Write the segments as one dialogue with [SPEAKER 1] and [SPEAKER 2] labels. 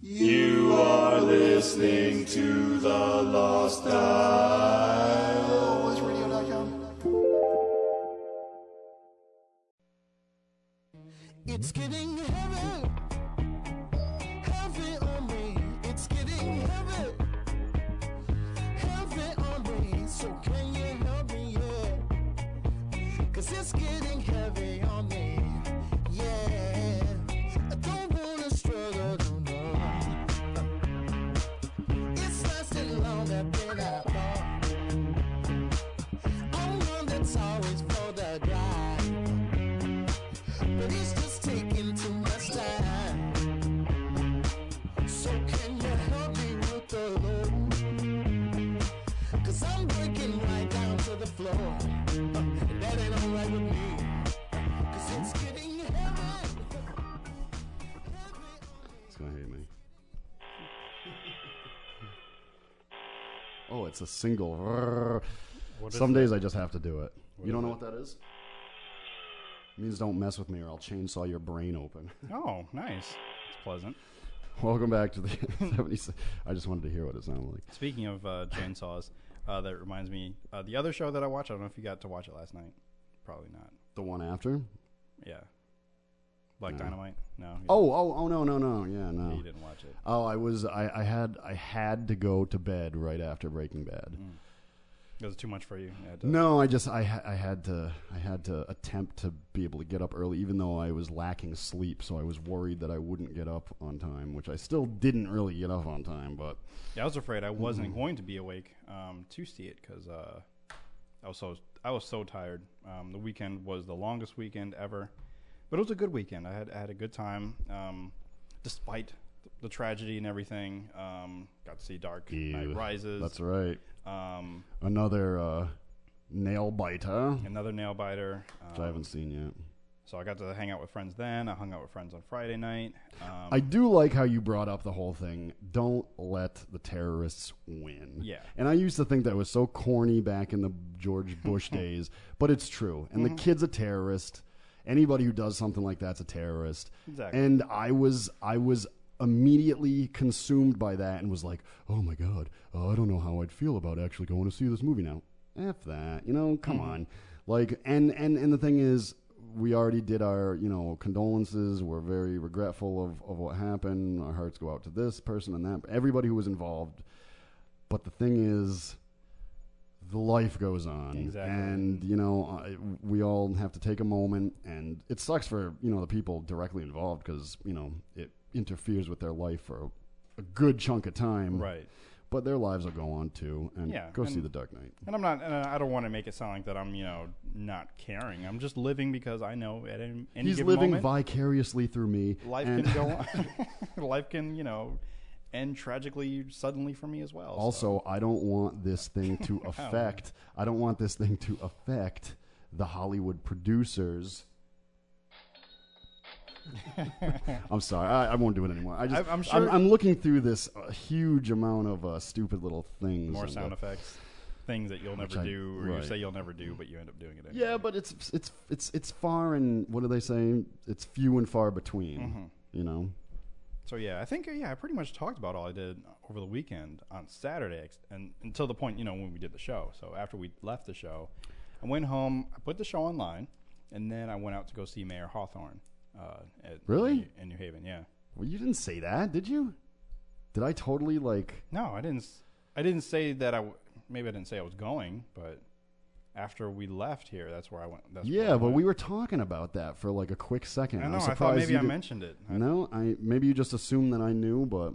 [SPEAKER 1] You are listening to the Lost Dial.
[SPEAKER 2] It's getting heavy, heavy on me. It's getting heavy, heavy on me. So can you help me? Yeah, cause it's getting heavy on me. Yeah, I don't wanna struggle no more. It's lasting longer than I thought. I'm one that's always for the ride but it's just taking too much time. So can you help me with the load? Cause I'm breaking right down to the floor. Uh, and that ain't alright with me. Cause it's getting heavy.
[SPEAKER 3] It's gonna hate me. oh, it's a single. Some days I just have to do it. you don't know what that is? It means don't mess with me or I'll chainsaw your brain open.
[SPEAKER 4] Oh, nice. It's pleasant.
[SPEAKER 3] Welcome back to the 76. I just wanted to hear what it sounded like.
[SPEAKER 4] Speaking of uh, chainsaws, uh, that reminds me uh, the other show that I watched. I don't know if you got to watch it last night. Probably not.
[SPEAKER 3] The one after?
[SPEAKER 4] Yeah. Black Dynamite. No. you-
[SPEAKER 3] Oh, oh, oh, no, no, no. Yeah, no.
[SPEAKER 4] you didn't watch it.
[SPEAKER 3] Oh, I was, I, I had, I had to go to bed right after Breaking Bad.
[SPEAKER 4] It was too much for you. You had to-
[SPEAKER 3] No, I just I ha- I had to I had to attempt to be able to get up early, even though I was lacking sleep. So I was worried that I wouldn't get up on time, which I still didn't really get up on time. But
[SPEAKER 4] Yeah, I was afraid I wasn't going to be awake um, to see it because uh, I was so I was so tired. Um, the weekend was the longest weekend ever, but it was a good weekend. I had I had a good time, um, despite th- the tragedy and everything. Um, got to see Dark Night
[SPEAKER 3] Ew.
[SPEAKER 4] Rises.
[SPEAKER 3] that's right,
[SPEAKER 4] um,
[SPEAKER 3] another uh, nail biter,
[SPEAKER 4] another nail biter. Um,
[SPEAKER 3] which I haven't seen yet.
[SPEAKER 4] So I got to hang out with friends then. I hung out with friends on Friday night. Um,
[SPEAKER 3] I do like how you brought up the whole thing. Don't let the terrorists win.
[SPEAKER 4] Yeah.
[SPEAKER 3] And I used to think that was so corny back in the George Bush days, but it's true. And the kid's a terrorist. Anybody who does something like that's a terrorist.
[SPEAKER 4] Exactly.
[SPEAKER 3] And I was I was immediately consumed by that and was like, "Oh my god, uh, I don't know how I'd feel about actually going to see this movie now." F that. You know, come on. Like and and and the thing is we already did our you know condolences we're very regretful of, of what happened our hearts go out to this person and that everybody who was involved but the thing is the life goes on
[SPEAKER 4] Exactly.
[SPEAKER 3] and you know I, we all have to take a moment and it sucks for you know the people directly involved because you know it interferes with their life for a, a good chunk of time
[SPEAKER 4] right.
[SPEAKER 3] but their lives will go on too and
[SPEAKER 4] Yeah,
[SPEAKER 3] go see
[SPEAKER 4] and-
[SPEAKER 3] the dark knight
[SPEAKER 4] And I'm not. And I don't want to make it sound like that. I'm, you know, not caring. I'm just living because I know at any, any
[SPEAKER 3] he's
[SPEAKER 4] given
[SPEAKER 3] living
[SPEAKER 4] moment,
[SPEAKER 3] vicariously through me
[SPEAKER 4] life
[SPEAKER 3] and-
[SPEAKER 4] can go on. life can, you know, end tragically, suddenly for me as well. so.
[SPEAKER 3] Also, I don't want this thing to affect. I don't want this thing to affect the Hollywood producers. I'm sorry. I, I won't do it anymore. I just,
[SPEAKER 4] I- I'm
[SPEAKER 3] I'm,
[SPEAKER 4] sure-
[SPEAKER 3] I'm, looking through this uh, huge amount of uh, stupid little things.
[SPEAKER 4] more
[SPEAKER 3] and, uh,
[SPEAKER 4] sound effects, things that you'll never
[SPEAKER 3] I-
[SPEAKER 4] do, or you
[SPEAKER 3] right.
[SPEAKER 4] say you'll never do, but you end up doing it. Anyway.
[SPEAKER 3] Yeah, but it's it's it's it's far and what do they say? It's few and far between.
[SPEAKER 4] Mm-hmm.
[SPEAKER 3] You know.
[SPEAKER 4] So yeah, I think yeah, I pretty much talked about all I did over the weekend on Saturday, ex- and until the point you know when we did the show. So after we left the show, I went home, I put the show online, and then I went out to go see Mayor Hawthorne. Uh, at
[SPEAKER 3] Really?
[SPEAKER 4] in New Haven, yeah.
[SPEAKER 3] Well, you didn't say that, did you? Did I totally like?
[SPEAKER 4] No, I didn't. s- I didn't say that. I w- maybe I didn't say I was going, but after we left here, that's where I went. That's where I
[SPEAKER 3] Yeah, but
[SPEAKER 4] went.
[SPEAKER 3] we were talking about that for like a quick second.
[SPEAKER 4] I
[SPEAKER 3] I'm
[SPEAKER 4] know. I thought
[SPEAKER 3] surprised
[SPEAKER 4] maybe
[SPEAKER 3] you
[SPEAKER 4] I
[SPEAKER 3] did-
[SPEAKER 4] mentioned it.
[SPEAKER 3] No, I maybe you just assumed that I knew, but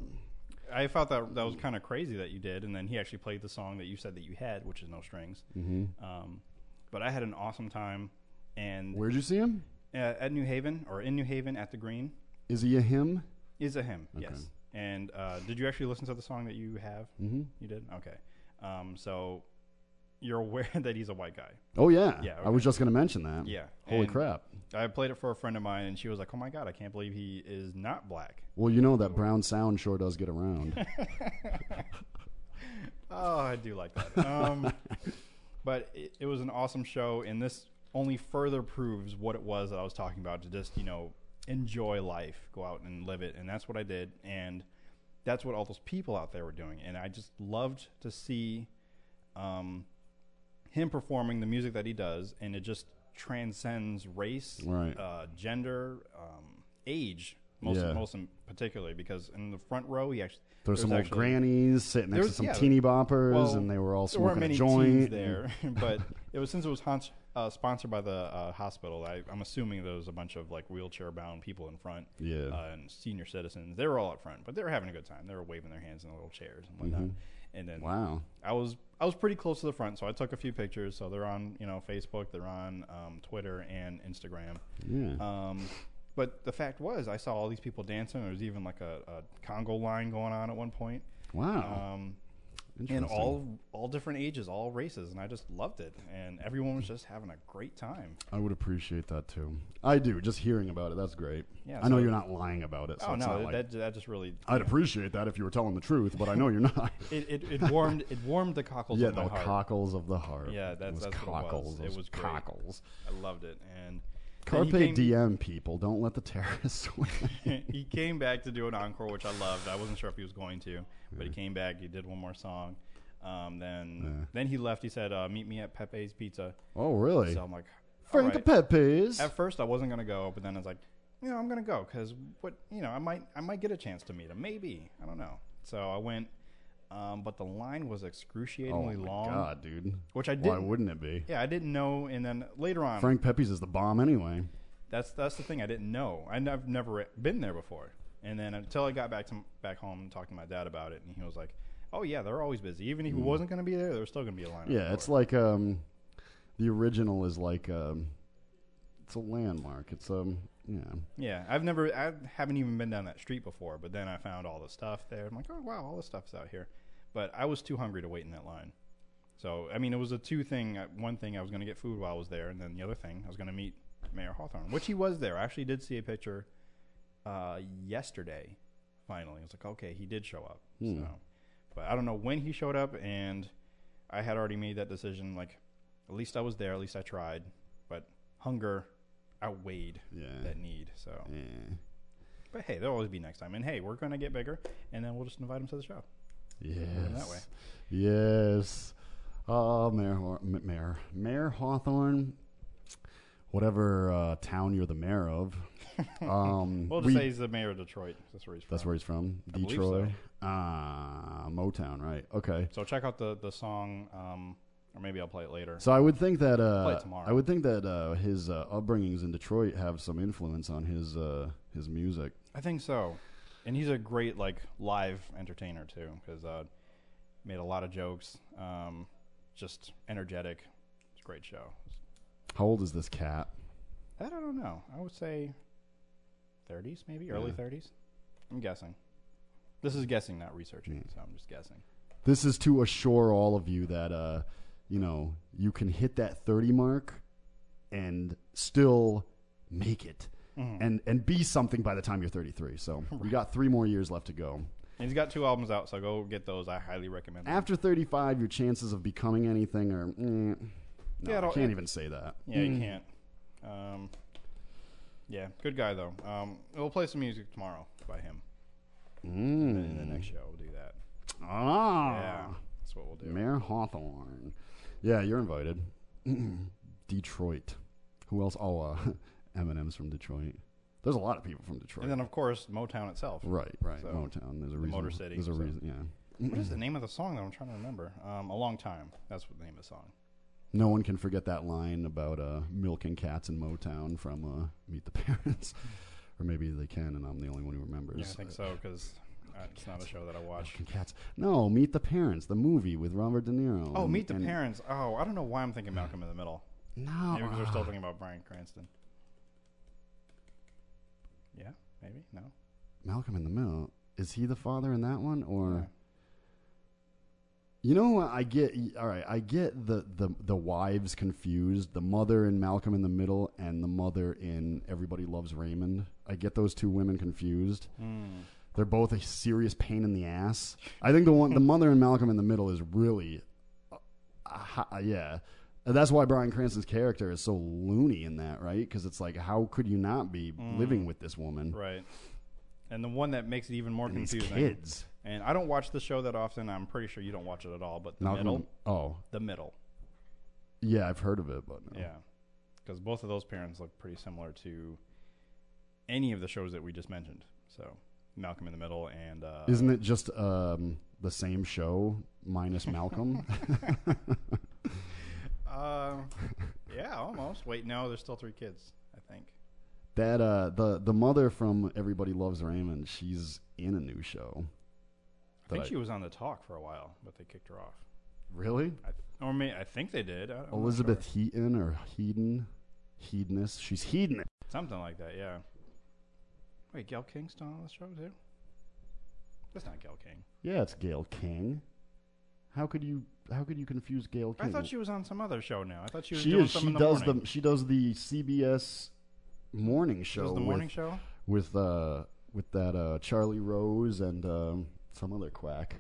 [SPEAKER 4] I thought that that was kind of crazy that you did, and then he actually played the song that you said that you had, which is No Strings. Mm-hmm. Um, but I had an awesome time, and
[SPEAKER 3] where'd you see him?
[SPEAKER 4] uh, at New Haven or in New Haven at the Green
[SPEAKER 3] Is he a him?
[SPEAKER 4] is a hymn. Yes. And uh, did you actually listen to the song that you have? Mm-hmm. You did. Okay. Um, so you're aware that he's a white guy.
[SPEAKER 3] Oh yeah,
[SPEAKER 4] Yeah,
[SPEAKER 3] I was just gonna mention that.
[SPEAKER 4] Yeah.
[SPEAKER 3] Holy
[SPEAKER 4] And
[SPEAKER 3] crap!
[SPEAKER 4] I played it for a friend of mine, and she was like, "Oh my god, I can't believe he is not black."
[SPEAKER 3] Well, you know that brown sound sure does get around.
[SPEAKER 4] Oh, I do like that. Um, but it, it was an awesome show, and this only further proves what it was that I was talking about to just, you know, enjoy life, go out and live it. And that's what I did. And that's what all those people out there were doing, and I just loved to see um, him performing the music that he does, and it just transcends race,
[SPEAKER 3] Right.
[SPEAKER 4] uh, gender, um, age. Most,
[SPEAKER 3] Yeah.
[SPEAKER 4] most in particularly because in the front row he actually
[SPEAKER 3] There's some old
[SPEAKER 4] actually-
[SPEAKER 3] grannies sitting next
[SPEAKER 4] there
[SPEAKER 3] to
[SPEAKER 4] was-
[SPEAKER 3] some
[SPEAKER 4] yeah,
[SPEAKER 3] teeny boppers,
[SPEAKER 4] well,
[SPEAKER 3] and they were all
[SPEAKER 4] there
[SPEAKER 3] smoking
[SPEAKER 4] weren't
[SPEAKER 3] a
[SPEAKER 4] many
[SPEAKER 3] joint.
[SPEAKER 4] teens there, but it was since it was hon- uh, sponsored by the uh, hospital. I, I'm assuming there was a bunch of like wheelchair bound people in front,
[SPEAKER 3] Yeah.
[SPEAKER 4] uh, and senior citizens. They were all up front, but they were having a good time. They were waving their hands in the little chairs and whatnot. And then
[SPEAKER 3] Mm-hmm. Wow.
[SPEAKER 4] I was I was pretty close to the front, so I took a few pictures. So they're on you know Facebook, they're on um, Twitter and Instagram.
[SPEAKER 3] Yeah.
[SPEAKER 4] Um, but the fact was, I saw all these people dancing. There was even like a, a Congo line going on at one point
[SPEAKER 3] wow.
[SPEAKER 4] um, and
[SPEAKER 3] Interesting.
[SPEAKER 4] all all different ages, all races, and I just loved it. And everyone was just having a great time.
[SPEAKER 3] I would appreciate that too. I do. Just hearing about it, that's great.
[SPEAKER 4] Yeah,
[SPEAKER 3] I know
[SPEAKER 4] so-
[SPEAKER 3] you're not lying about it. So
[SPEAKER 4] oh
[SPEAKER 3] it's
[SPEAKER 4] no,
[SPEAKER 3] not like,
[SPEAKER 4] that that just really
[SPEAKER 3] I'd appreciate that if you were telling the truth, but I know you're not.
[SPEAKER 4] it, it, it warmed it warmed the cockles
[SPEAKER 3] yeah,
[SPEAKER 4] of my
[SPEAKER 3] the
[SPEAKER 4] heart.
[SPEAKER 3] cockles of the heart.
[SPEAKER 4] Yeah,
[SPEAKER 3] it
[SPEAKER 4] that's-
[SPEAKER 3] was
[SPEAKER 4] that's what it was.
[SPEAKER 3] cockles.
[SPEAKER 4] It
[SPEAKER 3] those
[SPEAKER 4] was great.
[SPEAKER 3] cockles.
[SPEAKER 4] I loved it. And then
[SPEAKER 3] Carpe
[SPEAKER 4] he came,
[SPEAKER 3] diem, people. Don't let the terrorists win.
[SPEAKER 4] he came back to do an encore, which I loved. I wasn't sure if he was going to, but he came back. He did one more song. Um, then then he left. He said, uh, "Meet me at Pepe's Pizza."
[SPEAKER 3] oh, really?
[SPEAKER 4] So I'm like, all
[SPEAKER 3] Frank
[SPEAKER 4] right.
[SPEAKER 3] Pepe's.
[SPEAKER 4] At first, I wasn't gonna go, but then I was like, you know, I'm gonna go because what you know, I might I might get a chance to meet him. Maybe I don't know. So I went, um, but the line was
[SPEAKER 3] oh,
[SPEAKER 4] excruciatingly
[SPEAKER 3] my
[SPEAKER 4] long.
[SPEAKER 3] God, dude.
[SPEAKER 4] Which I
[SPEAKER 3] Why
[SPEAKER 4] didn't-
[SPEAKER 3] wouldn't it be?
[SPEAKER 4] Yeah, I didn't know, and then later on,
[SPEAKER 3] Frank Pepe's is the bomb anyway.
[SPEAKER 4] that's that's the thing I didn't know. I nev- I've never been there before, and then until I got back to back home and talked to my dad about it, and he was like, "Oh yeah, they're always busy. Even if he wasn't gonna be there, there was still gonna be a line."
[SPEAKER 3] Mm. Yeah, it's like um, the original is like um, it's a landmark. It's um, yeah,
[SPEAKER 4] Yeah, I've never, I haven't even been down that street before. But then I found all the stuff there. I'm like, oh wow, all the stuff's out here. But I was too hungry to wait in that line. So I mean, it was a two thing. uh, One thing I was going to get food while I was there, and then the other thing I was going to meet Mayor Hawthorne, which he was there. I actually did see a picture uh, yesterday. Finally, I was like, okay, he did show up. So, but I don't know when he showed up, and I had already made that decision. Like, at least I was there. At least I tried. But hunger outweighed
[SPEAKER 3] Yeah.
[SPEAKER 4] that need. So.
[SPEAKER 3] yeah.
[SPEAKER 4] But hey, there'll always be next time. And hey, we're going to get bigger, and then we'll just invite them to the show.
[SPEAKER 3] yes,
[SPEAKER 4] that way.
[SPEAKER 3] yes. Oh, Mayor, Haw- M- Mayor, Mayor Hawthorne, whatever uh, town you're the mayor of. Um,
[SPEAKER 4] We'll just
[SPEAKER 3] we-
[SPEAKER 4] say he's the mayor of Detroit. That's where he's from.
[SPEAKER 3] that's where he's from,
[SPEAKER 4] believe
[SPEAKER 3] Detroit. Ah, Motown, right? Okay.
[SPEAKER 4] So check out the the song, um, or maybe I'll play it later.
[SPEAKER 3] So I would think that
[SPEAKER 4] Play
[SPEAKER 3] uh,
[SPEAKER 4] it tomorrow.
[SPEAKER 3] I would think that uh, his uh, upbringings in Detroit have some influence on his uh, his music.
[SPEAKER 4] I think so. And he's a great like live entertainer too, because uh, made a lot of jokes, um, just energetic. It's a great show.
[SPEAKER 3] How old is this cat?
[SPEAKER 4] That I don't know. I would say 30s, maybe early 30s. I'm guessing. This is guessing, not researching.
[SPEAKER 3] Mm.
[SPEAKER 4] So I'm just guessing.
[SPEAKER 3] This is to assure all of you that uh, you know you can hit that thirty mark and still make it
[SPEAKER 4] Mm-hmm.
[SPEAKER 3] and and be something by the time you're thirty three. So we got three more years left to go.
[SPEAKER 4] And he's got two albums out, so go get those. I highly recommend. them.
[SPEAKER 3] After thirty five, your chances of becoming anything are. Mm, no,
[SPEAKER 4] Yeah, I
[SPEAKER 3] I
[SPEAKER 4] don't-
[SPEAKER 3] can't even say that.
[SPEAKER 4] Yeah, you can't. Um, yeah, good guy though. Um, we'll play some music tomorrow by him. And then in the next show, we'll do that.
[SPEAKER 3] Ah.
[SPEAKER 4] Yeah, that's what we'll do.
[SPEAKER 3] Mayor Hawthorne. Yeah, you're invited. Detroit. Who else? Oh, uh, Eminem's from Detroit. There's a lot of people from Detroit.
[SPEAKER 4] And then of course Motown itself.
[SPEAKER 3] right, right.
[SPEAKER 4] So,
[SPEAKER 3] Motown. There's a reason.
[SPEAKER 4] Motor City,
[SPEAKER 3] There's a
[SPEAKER 4] so.
[SPEAKER 3] reason. Yeah.
[SPEAKER 4] What is the name of the song that I'm trying to remember? Um, a long time. That's what the name of the song.
[SPEAKER 3] No one can forget that line about uh, milking cats in Motown from uh, Meet the Parents. or maybe they can, and I'm the only one who remembers. Uh,
[SPEAKER 4] Yeah, I think so because it's not a show that I watch.
[SPEAKER 3] Milking Cats. No, Meet the Parents, the movie with Robert De Niro.
[SPEAKER 4] Oh,
[SPEAKER 3] and-
[SPEAKER 4] Meet the
[SPEAKER 3] and-
[SPEAKER 4] Parents. Oh, I don't know why I'm thinking Malcolm in the Middle.
[SPEAKER 3] No.
[SPEAKER 4] Maybe because they're
[SPEAKER 3] uh,
[SPEAKER 4] still thinking about Brian Cranston. Yeah, maybe no.
[SPEAKER 3] Malcolm in the Middle. Is he the father in that one, or
[SPEAKER 4] Yeah.
[SPEAKER 3] you know what I get? All right, I get the the the wives confused. The mother in Malcolm in the Middle and the mother in Everybody Loves Raymond. I get those two women confused. They're both a serious pain in the ass. I think the one the mother in Malcolm in the Middle is really, uh, uh, yeah. And that's why Brian Cranston's character is so loony in that, right? Because it's like, how could you not be living with this woman?
[SPEAKER 4] Right. and the one that makes it even more
[SPEAKER 3] these
[SPEAKER 4] confusing.
[SPEAKER 3] kids.
[SPEAKER 4] And I don't watch the show that often. I'm pretty sure you don't watch it at all. But the
[SPEAKER 3] Not
[SPEAKER 4] middle,
[SPEAKER 3] one- oh,
[SPEAKER 4] the middle,
[SPEAKER 3] yeah, I've heard of it, but no.
[SPEAKER 4] yeah, because both of those parents look pretty similar to any of the shows that we just mentioned. So Malcolm in the Middle and uh,
[SPEAKER 3] Isn't it just um, the same show minus Malcolm?
[SPEAKER 4] uh, yeah, almost. Wait, no, there's still three kids. I think.
[SPEAKER 3] that uh, the the mother from Everybody Loves Raymond, she's in a new show.
[SPEAKER 4] I think
[SPEAKER 3] That I-
[SPEAKER 4] she was on the talk for a while, but they kicked her off.
[SPEAKER 3] Really?
[SPEAKER 4] I th- or may I think they did. I, I'm not
[SPEAKER 3] Elizabeth
[SPEAKER 4] sure.
[SPEAKER 3] Heaton or Heaton? Hedonist? She's Hedonist.
[SPEAKER 4] something like that. Yeah. Wait, Gail King's still on the show too. That's not Gail King.
[SPEAKER 3] Yeah, it's Gail King. How could you how could you confuse Gail King?
[SPEAKER 4] I thought she was on some other show now. I thought she was
[SPEAKER 3] She
[SPEAKER 4] doing
[SPEAKER 3] is.
[SPEAKER 4] something
[SPEAKER 3] She
[SPEAKER 4] in the
[SPEAKER 3] does
[SPEAKER 4] morning.
[SPEAKER 3] the she does the CBS morning show
[SPEAKER 4] Does the morning
[SPEAKER 3] with,
[SPEAKER 4] show?
[SPEAKER 3] with uh with that uh Charlie Rose and um some other quack.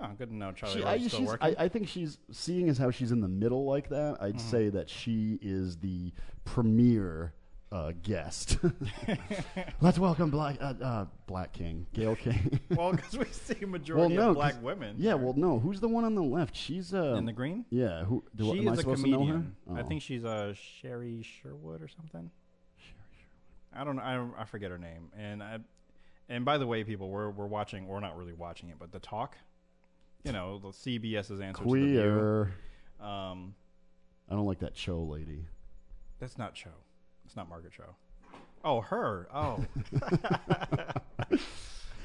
[SPEAKER 4] Oh, good to know Charlie
[SPEAKER 3] She-
[SPEAKER 4] Rose
[SPEAKER 3] I,
[SPEAKER 4] still
[SPEAKER 3] she's-
[SPEAKER 4] working. Mm-hmm.
[SPEAKER 3] I, I think she's seeing as how she's in the middle like that. I'd say that she is the premier uh, guest. Let's welcome Black uh, uh, Black King, Gail King.
[SPEAKER 4] well, because we see a majority
[SPEAKER 3] well, no,
[SPEAKER 4] of black
[SPEAKER 3] 'cause-
[SPEAKER 4] women.
[SPEAKER 3] Yeah, well, no. Who's the one on the left? She's uh,
[SPEAKER 4] in the green.
[SPEAKER 3] Yeah, who? Do,
[SPEAKER 4] she
[SPEAKER 3] am I
[SPEAKER 4] is a
[SPEAKER 3] supposed
[SPEAKER 4] comedian.
[SPEAKER 3] to know her?
[SPEAKER 4] I
[SPEAKER 3] Oh.
[SPEAKER 4] think she's uh, Sherry Sherwood or something. I don't know. I, I forget her name. And I, and by the way, people, we're we're watching. We're not really watching it, but the talk. You know, the CBS's answer to the View.
[SPEAKER 3] queer.
[SPEAKER 4] Um,
[SPEAKER 3] I don't like that Cho lady.
[SPEAKER 4] that's not Cho. That's not Margaret Cho. Oh, her.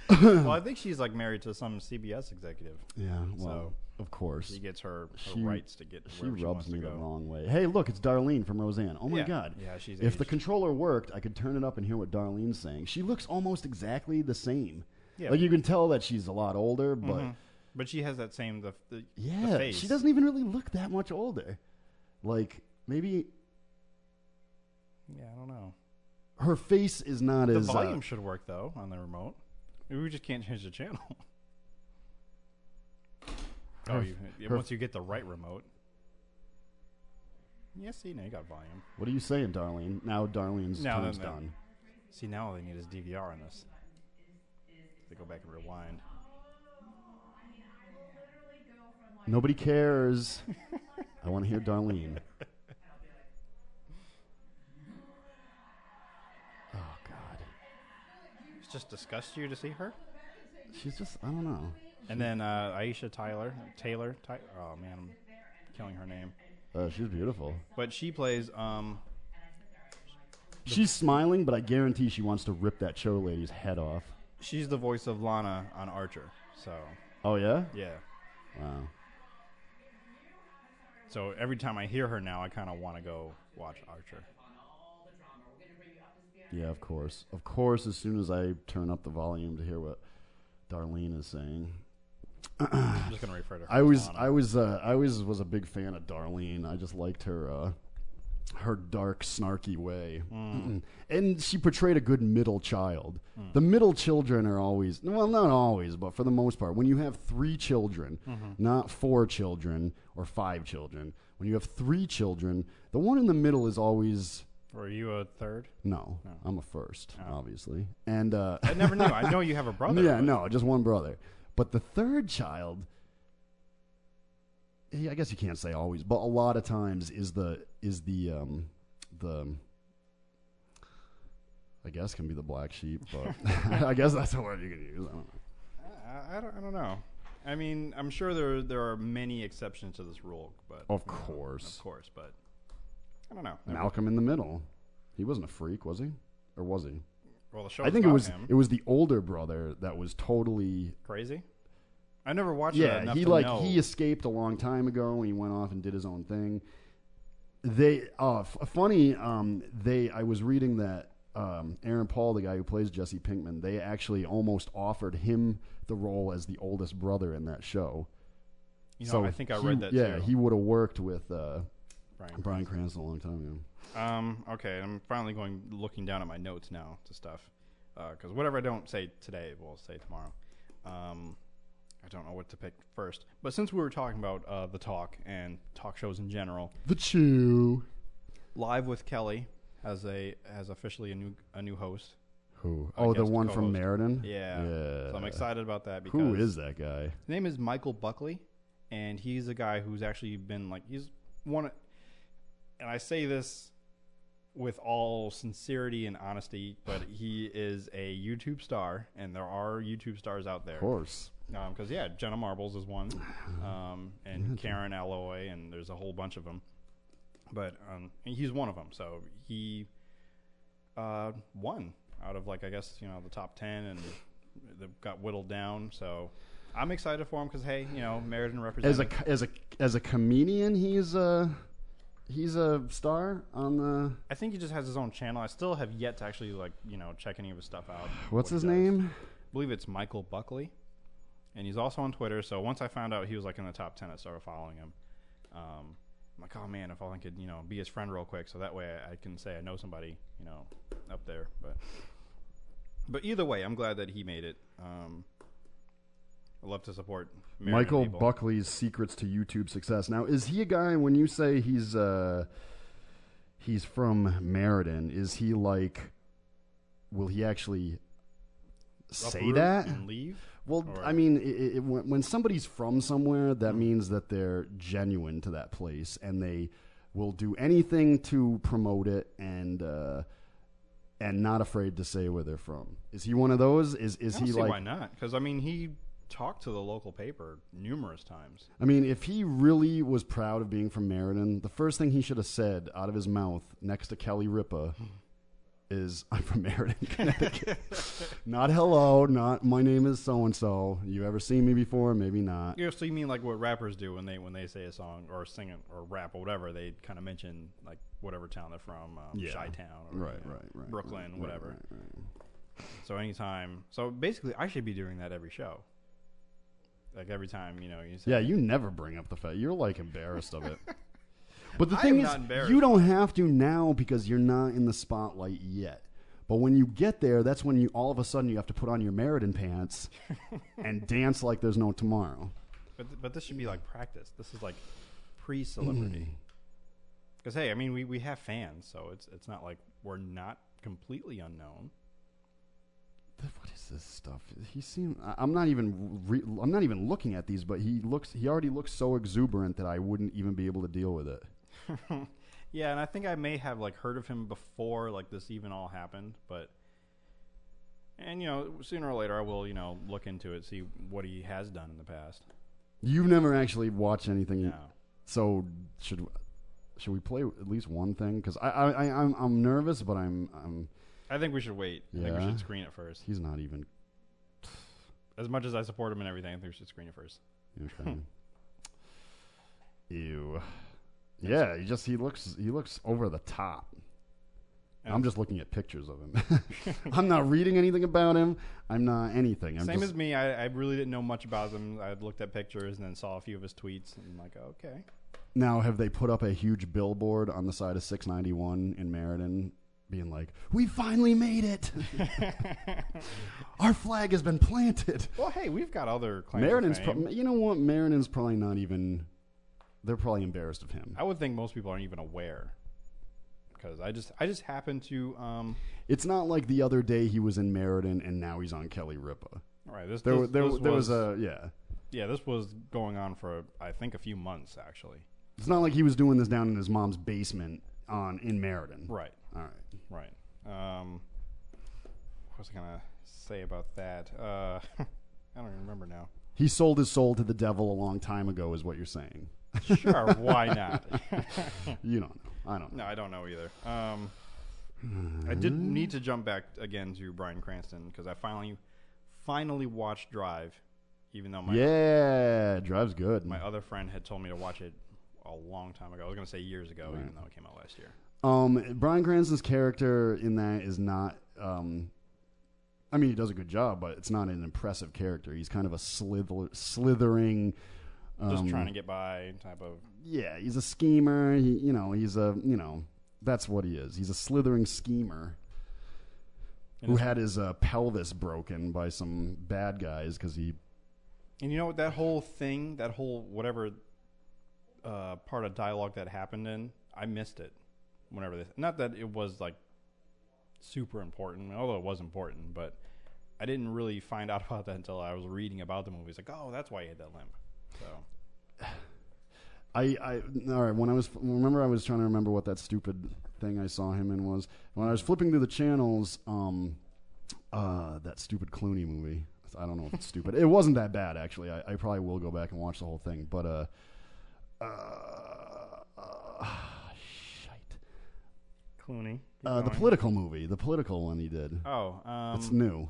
[SPEAKER 4] Oh. well, I think she's like married to some CBS executive.
[SPEAKER 3] Yeah, well, of course.
[SPEAKER 4] She gets her, her
[SPEAKER 3] She-
[SPEAKER 4] rights to get to
[SPEAKER 3] She
[SPEAKER 4] wherever she
[SPEAKER 3] rubs
[SPEAKER 4] wants
[SPEAKER 3] me
[SPEAKER 4] to
[SPEAKER 3] the
[SPEAKER 4] go.
[SPEAKER 3] wrong way. Hey, look, it's Darlene from Roseanne. Oh my
[SPEAKER 4] Yeah.
[SPEAKER 3] god.
[SPEAKER 4] Yeah, she's
[SPEAKER 3] If the
[SPEAKER 4] aged.
[SPEAKER 3] controller worked, I could turn it up and hear what Darlene's saying. She looks almost exactly the same.
[SPEAKER 4] Yeah. Mm-hmm.
[SPEAKER 3] Like you can tell that she's a lot older, but
[SPEAKER 4] But she has that same the, the the
[SPEAKER 3] yeah,
[SPEAKER 4] face.
[SPEAKER 3] she doesn't even really look that much older. Like maybe
[SPEAKER 4] Yeah, I don't know.
[SPEAKER 3] her face is not
[SPEAKER 4] The
[SPEAKER 3] as uh,
[SPEAKER 4] volume should work though on the remote. We just can't change the channel. oh, you, yeah,
[SPEAKER 3] her-
[SPEAKER 4] once you get the right remote. Yeah, see, now you got volume.
[SPEAKER 3] What are you saying, Darlene? Now Darlene's
[SPEAKER 4] No, no,
[SPEAKER 3] time's
[SPEAKER 4] no.
[SPEAKER 3] done.
[SPEAKER 4] See, now all they need is DVR on this. They go back and rewind.
[SPEAKER 3] Nobody cares. I want to hear Darlene. Oh god.
[SPEAKER 4] It's just disgust you to see her.
[SPEAKER 3] She's just I don't know.
[SPEAKER 4] And then uh, Aisha Tyler, Taylor, Ty- oh man, I'm killing her name.
[SPEAKER 3] Uh, she's beautiful.
[SPEAKER 4] But she plays um,
[SPEAKER 3] She's smiling, but I guarantee she wants to rip that show lady's head off.
[SPEAKER 4] She's the voice of Lana on Archer. So,
[SPEAKER 3] Oh yeah?
[SPEAKER 4] yeah.
[SPEAKER 3] Wow.
[SPEAKER 4] So every time I hear her now, I kind of want to go watch Archer.
[SPEAKER 3] Yeah, of course. Of course, as soon as I turn up the volume to hear what Darlene is saying.
[SPEAKER 4] I'm just going to refer to her.
[SPEAKER 3] I
[SPEAKER 4] as
[SPEAKER 3] was
[SPEAKER 4] Lana.
[SPEAKER 3] I was uh, I always was a big fan of Darlene. I just liked her uh, her dark, snarky way. and she portrayed a good middle child. The middle children are always well, not always, but for the most part, when you have three children, not four children or five children, when you have three children, the one in the middle is always
[SPEAKER 4] Were you a third?
[SPEAKER 3] no. I'm a first, obviously, and uh,
[SPEAKER 4] I never knew. I know you have a brother.
[SPEAKER 3] yeah,
[SPEAKER 4] but-
[SPEAKER 3] no, just one brother. But the third child, yeah, I guess you can't say always, but a lot of times is the is the um the I guess can be the black sheep, but I guess that's the word you can use. I don't know.
[SPEAKER 4] I, I, don't, I don't know. I mean, I'm sure there there are many exceptions to this rule, but
[SPEAKER 3] Of
[SPEAKER 4] you know,
[SPEAKER 3] course.
[SPEAKER 4] of course, but I don't know.
[SPEAKER 3] Malcolm in the middle, he wasn't a freak, was he? Or was he?
[SPEAKER 4] Well, the show.
[SPEAKER 3] I think it
[SPEAKER 4] about
[SPEAKER 3] was
[SPEAKER 4] him.
[SPEAKER 3] it was the older brother that was totally
[SPEAKER 4] crazy. I never watched it
[SPEAKER 3] yeah
[SPEAKER 4] enough
[SPEAKER 3] he
[SPEAKER 4] uh, to
[SPEAKER 3] like
[SPEAKER 4] know.
[SPEAKER 3] he escaped a long time ago and he went off and did his own thing they uh f- funny um they i was reading that um aaron paul the guy who plays jesse pinkman they actually almost offered him the role as the oldest brother in that show
[SPEAKER 4] you know, I think I
[SPEAKER 3] he-
[SPEAKER 4] read that.
[SPEAKER 3] yeah
[SPEAKER 4] too,
[SPEAKER 3] he would have worked with uh
[SPEAKER 4] Brian.
[SPEAKER 3] brian cranston a long time ago
[SPEAKER 4] Um, okay, I'm finally going looking down at my notes now to stuff because whatever I don't say today, we'll say tomorrow. Um, I don't know what to pick first, but since we were talking about uh, the talk and talk shows in general,
[SPEAKER 3] the chew
[SPEAKER 4] Live with Kelly has a has officially a new a new host.
[SPEAKER 3] Who? Oh, the
[SPEAKER 4] guest
[SPEAKER 3] one from
[SPEAKER 4] co-host.
[SPEAKER 3] Meriden.
[SPEAKER 4] Yeah.
[SPEAKER 3] Yeah.
[SPEAKER 4] So I'm excited about that because
[SPEAKER 3] Who is that guy?
[SPEAKER 4] His name is Michael Buckley, and he's a guy who's actually been like he's one. of- And I say this with all sincerity and honesty, but he is a YouTube star, and there are YouTube stars out there.
[SPEAKER 3] Of course.
[SPEAKER 4] Because Um, yeah, Jenna Marbles is one, um, and Karen Alloy, and there's a whole bunch of them. But um, he's one of them. So he uh, won out of like I guess you know the top ten, and they got whittled down. So I'm excited for him because hey, you know Meriden represents
[SPEAKER 3] As a as a as a comedian, he's a he's a star on the
[SPEAKER 4] I think he just has his own channel. I still have yet to actually like you know check any of his stuff out.
[SPEAKER 3] what's
[SPEAKER 4] what he
[SPEAKER 3] his
[SPEAKER 4] does.
[SPEAKER 3] name?
[SPEAKER 4] I believe it's Michael Buckley, and he's also on Twitter. So once I found out he was like in the top ten, I started following him. Um, I'm like, oh man, if all I could you know be his friend real quick, so that way I, I can say I know somebody you know up there. But but either way, I'm glad that he made it. Um, I love to support Meriden
[SPEAKER 3] Michael
[SPEAKER 4] people.
[SPEAKER 3] Buckley's secrets to YouTube success. Now, is he a guy when you say he's uh he's from Meriden, is he like will he actually say
[SPEAKER 4] Uproot
[SPEAKER 3] that?
[SPEAKER 4] and leave.
[SPEAKER 3] Well,
[SPEAKER 4] Or-
[SPEAKER 3] I mean, i i when, when somebody's from somewhere, that
[SPEAKER 4] Mm-hmm.
[SPEAKER 3] means that they're genuine to that place, and they will do anything to promote it, and uh, and not afraid to say where they're from. Is he one of those? Is is
[SPEAKER 4] I don't
[SPEAKER 3] he
[SPEAKER 4] see
[SPEAKER 3] like?
[SPEAKER 4] why not? Because I mean, he talked to the local paper numerous times.
[SPEAKER 3] I mean, if he really was proud of being from Meriden, the first thing he should have said out of his mouth next to Kelly
[SPEAKER 4] Hmm.
[SPEAKER 3] Ripa is, I'm from Meriden, Connecticut. not hello, not my name is so and so. You ever seen me before? Maybe not.
[SPEAKER 4] Yeah, so you mean like what rappers do when they when they say a song or sing it or rap or whatever, they kind of mention like whatever town they're from, um,
[SPEAKER 3] Yeah.
[SPEAKER 4] Chi-town, or,
[SPEAKER 3] Right,
[SPEAKER 4] you know,
[SPEAKER 3] right, right,
[SPEAKER 4] Brooklyn,
[SPEAKER 3] right, right,
[SPEAKER 4] whatever.
[SPEAKER 3] right, right.
[SPEAKER 4] So anytime, so basically, I should be doing that every show. Like every time, you know, you say,
[SPEAKER 3] Yeah, you never bring up the fact you're like embarrassed of it. But the
[SPEAKER 4] I
[SPEAKER 3] thing
[SPEAKER 4] am
[SPEAKER 3] is,
[SPEAKER 4] not embarrassed.
[SPEAKER 3] you don't have to now because you're not in the spotlight yet. But when you get there, that's when you all of a sudden you have to put on your Meriden pants and dance like there's no tomorrow.
[SPEAKER 4] But, th- but this should be like practice. This is like pre-celebrity.
[SPEAKER 3] Mm.
[SPEAKER 4] Because hey, I mean, we, we have fans, so it's it's not like we're not completely unknown.
[SPEAKER 3] Th- What is this stuff? He seemed. I- I'm not even. Re, I'm not even looking at these. But he looks. He already looks so exuberant that I wouldn't even be able to deal with it.
[SPEAKER 4] yeah, and I think I may have like heard of him before like this even all happened, but and you know, sooner or later I will, you know, look into it, see what he has done in the past.
[SPEAKER 3] You've never actually watched anything.
[SPEAKER 4] No.
[SPEAKER 3] So should should we play at least one thing? Because I, I I I'm I'm nervous, but I'm I'm.
[SPEAKER 4] I think we should wait. I think we
[SPEAKER 3] Yeah.
[SPEAKER 4] should screen it first.
[SPEAKER 3] He's not even.
[SPEAKER 4] As much as I support him and everything, I think we should screen it first.
[SPEAKER 3] Okay. Ew. Yeah, he just he looks he looks over the top.
[SPEAKER 4] And
[SPEAKER 3] I'm just looking at pictures of him. I'm not reading anything about him. I'm not anything. I'm
[SPEAKER 4] Same
[SPEAKER 3] just,
[SPEAKER 4] as me, I, I really didn't know much about him. I looked at pictures and then saw a few of his tweets and I'm like, okay.
[SPEAKER 3] now have they put up a huge billboard on the side of 691 in Meriden being like, "We finally made it. Our flag has been planted."
[SPEAKER 4] Well, hey, we've got other claims.
[SPEAKER 3] Meriden's
[SPEAKER 4] Mariners
[SPEAKER 3] pro- you know what? Meriden's probably not even they're probably embarrassed of him.
[SPEAKER 4] I would think most people aren't even aware. Because I just I just happen to um
[SPEAKER 3] It's not like the other day he was in Meriden and now he's on Kelly Ripa.
[SPEAKER 4] all right, this
[SPEAKER 3] There,
[SPEAKER 4] this,
[SPEAKER 3] there,
[SPEAKER 4] this
[SPEAKER 3] there was, a yeah.
[SPEAKER 4] Yeah, this was going on for I think a few months actually.
[SPEAKER 3] It's not like he was doing this down in his mom's basement on in Meriden.
[SPEAKER 4] Right,
[SPEAKER 3] All right.
[SPEAKER 4] right. Um, what was I gonna say about that? Uh, I don't even remember now.
[SPEAKER 3] He sold his soul to the devil a long time ago, is what you're saying.
[SPEAKER 4] Sure, why not?
[SPEAKER 3] you don't know. I don't know.
[SPEAKER 4] no, I don't know either. Um, I did need to jump back again to Brian Cranston because I finally, finally watched Drive, even though my
[SPEAKER 3] Yeah, drive's good.
[SPEAKER 4] my other friend had told me to watch it a long time ago. I was gonna say years ago, even though it came out last year.
[SPEAKER 3] Um, Brian Cranston's character in that is not. Um, I mean, he does a good job, but it's not an impressive character. He's kind of a slither, slithering.
[SPEAKER 4] Just trying to get by, type of.
[SPEAKER 3] yeah, he's a schemer. He, you know, he's a, you know, that's what he is. He's a slithering schemer who had his uh, pelvis broken by some bad guys because he.
[SPEAKER 4] And you know what? That whole thing, that whole whatever uh, part of dialogue that happened in, I missed it. Whenever this, not that it was like super important, although it was important, but I didn't really find out about that until I was reading about the movie. It's like, oh, that's why he had that limp. So
[SPEAKER 3] I, I all right. When I was remember, I was trying to remember what that stupid thing I saw him in was. When I was flipping through the channels, um, uh, that stupid Clooney movie. I don't know if it's stupid. It wasn't that bad actually. I, I probably will go back and watch the whole thing. But uh, uh, uh shite.
[SPEAKER 5] Clooney. Keep
[SPEAKER 3] Uh, the
[SPEAKER 5] going.
[SPEAKER 3] political movie, the political one he did.
[SPEAKER 4] oh, um,
[SPEAKER 3] It's new.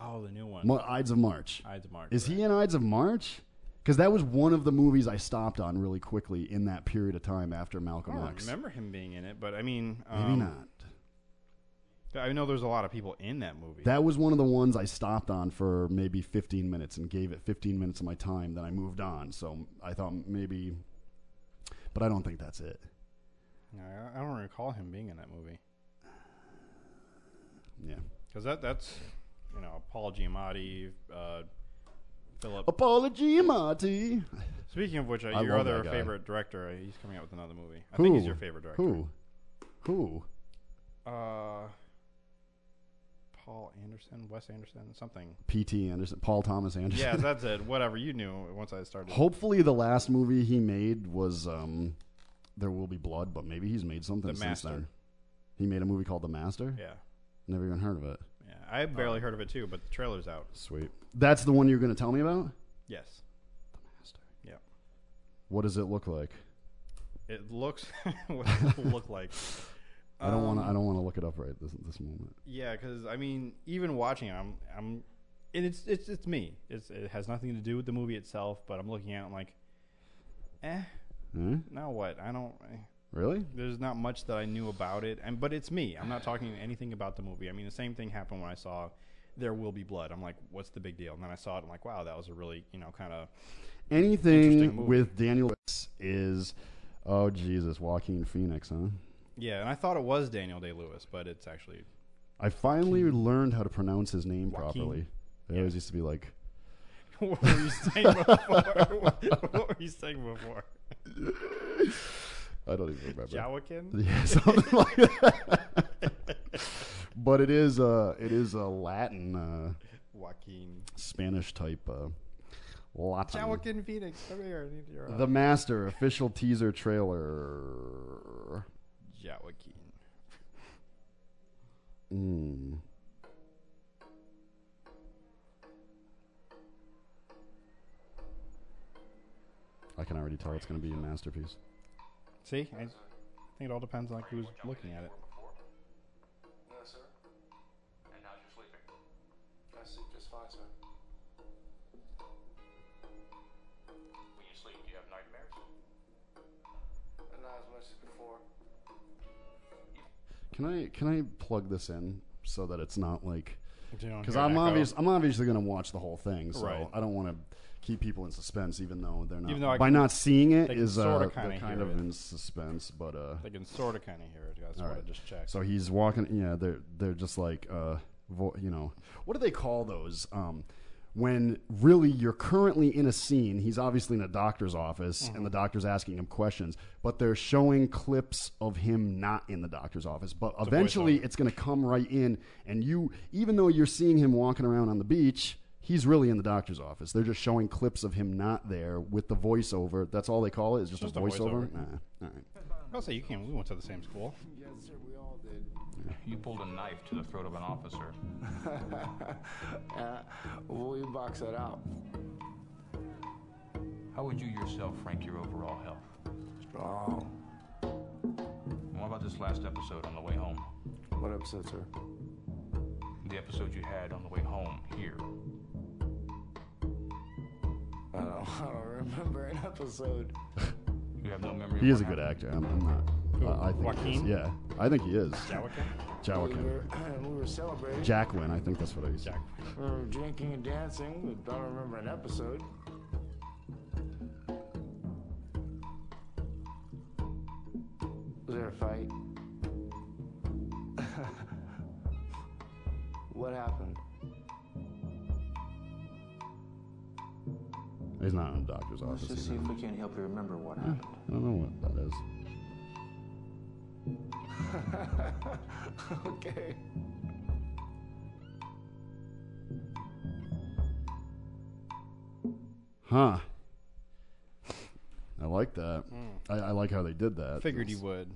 [SPEAKER 4] oh, the new one.
[SPEAKER 3] Mo- Ides of March.
[SPEAKER 4] Ides of March.
[SPEAKER 3] Is he in Ides of March? Because that was one of the movies I stopped on really quickly in that period of time after
[SPEAKER 4] I
[SPEAKER 3] Malcolm
[SPEAKER 4] don't
[SPEAKER 3] X.
[SPEAKER 4] remember him being in it, but I mean,
[SPEAKER 3] Maybe
[SPEAKER 4] um,
[SPEAKER 3] not.
[SPEAKER 4] I know there's a lot of people in that movie.
[SPEAKER 3] That was one of the ones I stopped on for maybe 15 minutes and gave it 15 minutes of my time. Then I moved on. So I thought maybe, but I don't think that's it.
[SPEAKER 4] I, I don't recall him being in that movie
[SPEAKER 3] Yeah.
[SPEAKER 4] because that that's you know Paul Giamatti, uh, Philip.
[SPEAKER 3] Apology, Marty.
[SPEAKER 4] Speaking of which, uh,
[SPEAKER 3] Oh, I
[SPEAKER 4] your
[SPEAKER 3] love that
[SPEAKER 4] other
[SPEAKER 3] guy.
[SPEAKER 4] favorite director, uh, he's coming out with another movie. I think he's your favorite director.
[SPEAKER 3] Who? Who?
[SPEAKER 4] Uh, Paul Anderson, Wes Anderson, something.
[SPEAKER 3] P.T. Anderson, Paul Thomas Anderson.
[SPEAKER 4] Yeah, that's it. Whatever you knew once I started.
[SPEAKER 3] Hopefully, the last movie he made was um, "There Will Be Blood," but maybe he's made something
[SPEAKER 4] The
[SPEAKER 3] since
[SPEAKER 4] Master.
[SPEAKER 3] then. He made a movie called The Master.
[SPEAKER 4] Yeah,
[SPEAKER 3] Never even heard of it.
[SPEAKER 4] yeah. I barely heard of it too, but the trailer's out.
[SPEAKER 3] Sweet. That's the one you're going to tell me about.
[SPEAKER 4] Yes. The Master.
[SPEAKER 3] What does it look like?
[SPEAKER 4] Yeah. It looks what does it look like.
[SPEAKER 3] I don't
[SPEAKER 4] Um,
[SPEAKER 3] want to. I don't want to look it up right this this moment.
[SPEAKER 4] Yeah, because I mean, even watching it, I'm, I'm, and it's it's it's me. It's it has nothing to do with the movie itself, but I'm looking at it, I'm like, eh,
[SPEAKER 3] Huh?
[SPEAKER 4] now what? I don't. I,
[SPEAKER 3] Really?
[SPEAKER 4] there's not much that I knew about it, and but it's me. I'm not talking anything about the movie. I mean, the same thing happened when I saw There Will Be Blood. I'm like, what's the big deal? And then I saw it. I'm like, wow, that was a really you know kind of Interesting
[SPEAKER 3] Anything
[SPEAKER 4] movie.
[SPEAKER 3] with Daniel Lewis is, oh Jesus, Joaquin Phoenix, huh?
[SPEAKER 4] yeah. And I thought it was Daniel Day Lewis, but it's actually
[SPEAKER 3] I finally learned how to pronounce his name
[SPEAKER 4] Joaquin.
[SPEAKER 3] properly. It always used to be like
[SPEAKER 4] what were you saying before? what, were you saying before?
[SPEAKER 3] I don't even remember.
[SPEAKER 4] Jowakin?
[SPEAKER 3] Yeah, something like that. but it is uh it is a Latin uh,
[SPEAKER 4] Joaquin.
[SPEAKER 3] Spanish type uh, Latin.
[SPEAKER 4] Joaquin Phoenix, come here. I need your uh,
[SPEAKER 3] The Master official teaser trailer.
[SPEAKER 4] Joaquin.
[SPEAKER 3] Mm. I can already tell it's going to be a masterpiece.
[SPEAKER 4] See, I think it all depends on who's looking at it.
[SPEAKER 6] No, sir. And now you're sleeping. I sleep just fine, sir. When you sleep, do you have nightmares? Not as much as before.
[SPEAKER 3] Can I can I plug this in so that it's not like because
[SPEAKER 4] Because
[SPEAKER 3] I'm obvious. I'm obviously going to watch the whole thing, so
[SPEAKER 4] Right.
[SPEAKER 3] I don't want to keep people in suspense, even though they're not.
[SPEAKER 4] Even though I
[SPEAKER 3] by
[SPEAKER 4] can-
[SPEAKER 3] not seeing it
[SPEAKER 4] they can
[SPEAKER 3] is uh,
[SPEAKER 4] sorta
[SPEAKER 3] they're
[SPEAKER 4] kinda
[SPEAKER 3] kind,
[SPEAKER 4] hear
[SPEAKER 3] of
[SPEAKER 4] it.
[SPEAKER 3] in suspense. But uh,
[SPEAKER 4] They can sort of kind of hear it. That's
[SPEAKER 3] all
[SPEAKER 4] what
[SPEAKER 3] right,
[SPEAKER 4] I just checked.
[SPEAKER 3] So he's walking. Yeah, they're they're just like, uh, vo- you know, what do they call those? Um, when really you're currently in a scene, he's obviously in a doctor's office, and
[SPEAKER 4] Mm-hmm.
[SPEAKER 3] the doctor's asking him questions, but they're showing clips of him not in the doctor's office. But eventually,
[SPEAKER 4] voiceover.
[SPEAKER 3] it's going to come right in, and you, even though you're seeing him walking around on the beach. He's really in the doctor's office. They're just showing clips of him not there with the voiceover. That's all they call it. Is just,
[SPEAKER 4] Just
[SPEAKER 3] a
[SPEAKER 4] a
[SPEAKER 3] voiceover.
[SPEAKER 4] voiceover.
[SPEAKER 3] Nah. All right.
[SPEAKER 4] I'll say you can. We went to the same school.
[SPEAKER 6] You pulled a knife to the throat of an officer.
[SPEAKER 7] Uh, we box it out.
[SPEAKER 6] How would you yourself rank your overall health?
[SPEAKER 7] Strong.
[SPEAKER 6] And what about this last episode on the way home?
[SPEAKER 7] What episode, sir?
[SPEAKER 6] The episode you had on the way home here.
[SPEAKER 7] I don't, I don't remember an episode.
[SPEAKER 6] You have no memory.
[SPEAKER 3] He
[SPEAKER 6] of
[SPEAKER 3] is a
[SPEAKER 6] what
[SPEAKER 3] good
[SPEAKER 6] happened?
[SPEAKER 3] actor. I'm, I'm not. I I think He is.
[SPEAKER 4] Joaquin?
[SPEAKER 3] Yeah, I think he is.
[SPEAKER 4] Joaquin.
[SPEAKER 7] We
[SPEAKER 3] Joaquin.
[SPEAKER 7] were, we were celebrating.
[SPEAKER 3] Jacqueline. I think that's what I used.
[SPEAKER 4] Jack.
[SPEAKER 7] We were drinking and dancing. We don't remember an episode. Was there a fight? what happened?
[SPEAKER 3] He's not in a doctor's office.
[SPEAKER 8] Let's just see
[SPEAKER 3] either.
[SPEAKER 8] if we can't help you remember what happened.
[SPEAKER 3] I don't know what that is.
[SPEAKER 7] okay.
[SPEAKER 3] Huh. I like that. I, I like how they did that.
[SPEAKER 4] Hmm. Figured you would.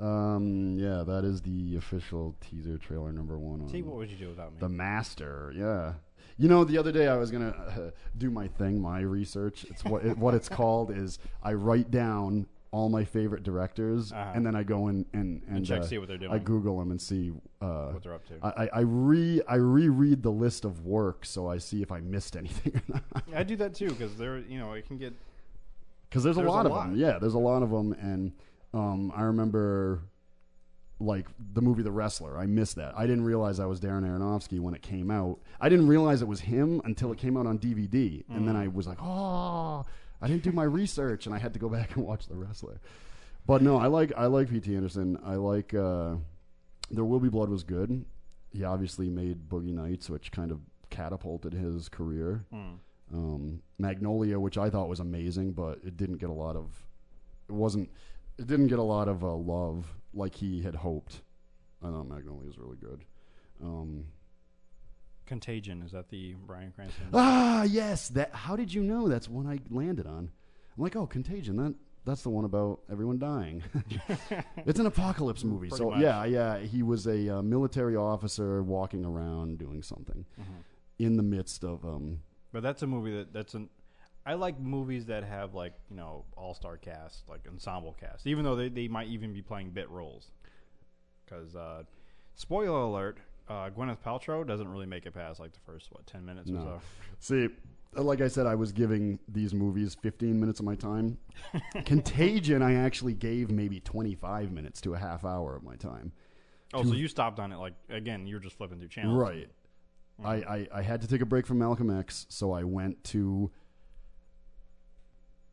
[SPEAKER 3] Um, yeah, that is the official teaser trailer number one. On
[SPEAKER 4] See, what would you do without me?
[SPEAKER 3] The Master, yeah. You know, the other day I was gonna uh, do my thing, my research. It's what it, what it's called is I write down all my favorite directors, and then I go in and and,
[SPEAKER 4] Uh-huh. check,
[SPEAKER 3] uh,
[SPEAKER 4] see what they're doing.
[SPEAKER 3] I Google them and see uh,
[SPEAKER 4] What they're up to.
[SPEAKER 3] I, I- I re I reread the list of work so I see if I missed anything or not.
[SPEAKER 4] I do that too because there, you know, it can get.
[SPEAKER 3] Because there's,
[SPEAKER 4] There's
[SPEAKER 3] a
[SPEAKER 4] a
[SPEAKER 3] lot of
[SPEAKER 4] lot.
[SPEAKER 3] them. Yeah, there's a lot of them, and um, I remember like the movie The Wrestler. I missed that. I didn't realize I was Darren Aronofsky when it came out. I didn't realize it was him until it came out on DVD, and then I was like, oh, I didn't do my research, and I had to go back and watch The Wrestler. But no, I like I like P.T. Anderson. I like uh, There Will Be Blood was good. He obviously made Boogie Nights, which kind of catapulted his career. Um, Magnolia, which I thought was amazing, but it didn't get a lot of it wasn't it didn't get a lot of uh, love like he had hoped. I thought Magnolia was really good. Um,
[SPEAKER 4] Contagion is that the Brian Cranston?
[SPEAKER 3] ah, yes. That how did you know? That's one I landed on. I'm like, oh, Contagion. That that's the one about everyone dying. it's an apocalypse movie. so
[SPEAKER 4] much.
[SPEAKER 3] yeah, yeah. He was a uh, military officer walking around doing something in the midst of um,
[SPEAKER 4] But that's a movie that that's an. I like movies that have like you know all star cast, like ensemble cast, even though they, they might even be playing bit roles. Because uh, spoiler alert, uh, Gwyneth Paltrow doesn't really make it past like the first what ten minutes or so.
[SPEAKER 3] See, like I said, I was giving these movies 15 minutes of my time. Contagion, I actually gave maybe 25 minutes to a half hour of my time.
[SPEAKER 4] Oh, so you stopped on it like again? You're just flipping through channels,
[SPEAKER 3] Right. I, I, I had to take a break from Malcolm X, so I went to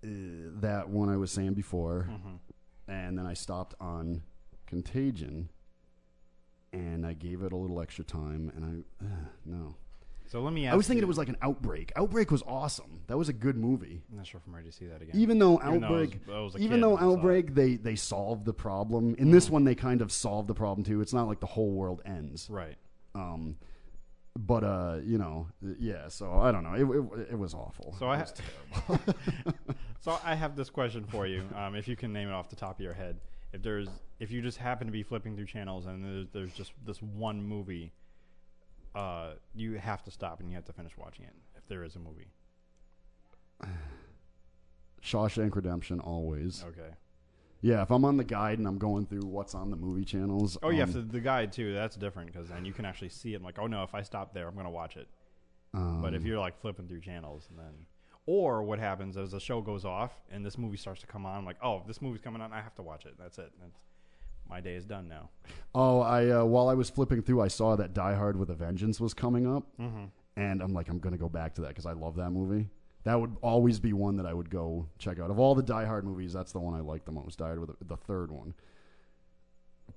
[SPEAKER 3] uh, that one I was saying before, and then I stopped on Contagion, and I gave it a little extra time, and I, uh, no.
[SPEAKER 4] So let me. ask
[SPEAKER 3] I was thinking it
[SPEAKER 4] you-
[SPEAKER 3] was like an Outbreak. Outbreak was awesome. That was a good movie.
[SPEAKER 4] I'm not sure if I'm ready to see that again.
[SPEAKER 3] even though
[SPEAKER 4] Even though I was-
[SPEAKER 3] outbreak
[SPEAKER 4] I was a
[SPEAKER 3] even
[SPEAKER 4] kid
[SPEAKER 3] though
[SPEAKER 4] when I saw it. Mm.
[SPEAKER 3] outbreak they they solved the problem in this one they kind of solved the problem too it's not like the whole world ends
[SPEAKER 4] right.
[SPEAKER 3] um but uh you know yeah so i don't know it, it, it was awful
[SPEAKER 4] So I ha- so I have this question for you. Um, if you can name it off the top of your head, if there's if you just happen to be flipping through channels and there's, there's just this one movie, uh, you have to stop and you have to finish watching it. If there is a movie,
[SPEAKER 3] shawshank redemption always
[SPEAKER 4] okay.
[SPEAKER 3] yeah if i'm on the guide and i'm going through what's on the movie channels
[SPEAKER 4] Oh, yeah,
[SPEAKER 3] um,
[SPEAKER 4] for the guide too. That's different because then you can actually see it. I'm like, oh no, if I stop there, I'm gonna watch it. but if you're like flipping through channels and then, or what happens is the show goes off and this movie starts to come on. I'm like, oh, this movie's coming on. I have to watch it. That's it. That's, my day is done now.
[SPEAKER 3] Oh, I uh, while I was flipping through, I saw that Die Hard with a Vengeance was coming up, and I'm like, I'm gonna go back to that because I love that movie. That would always be one that I would go check out. Of all the Die Hard movies, that's the one I like the most. Die Hard with a, the third one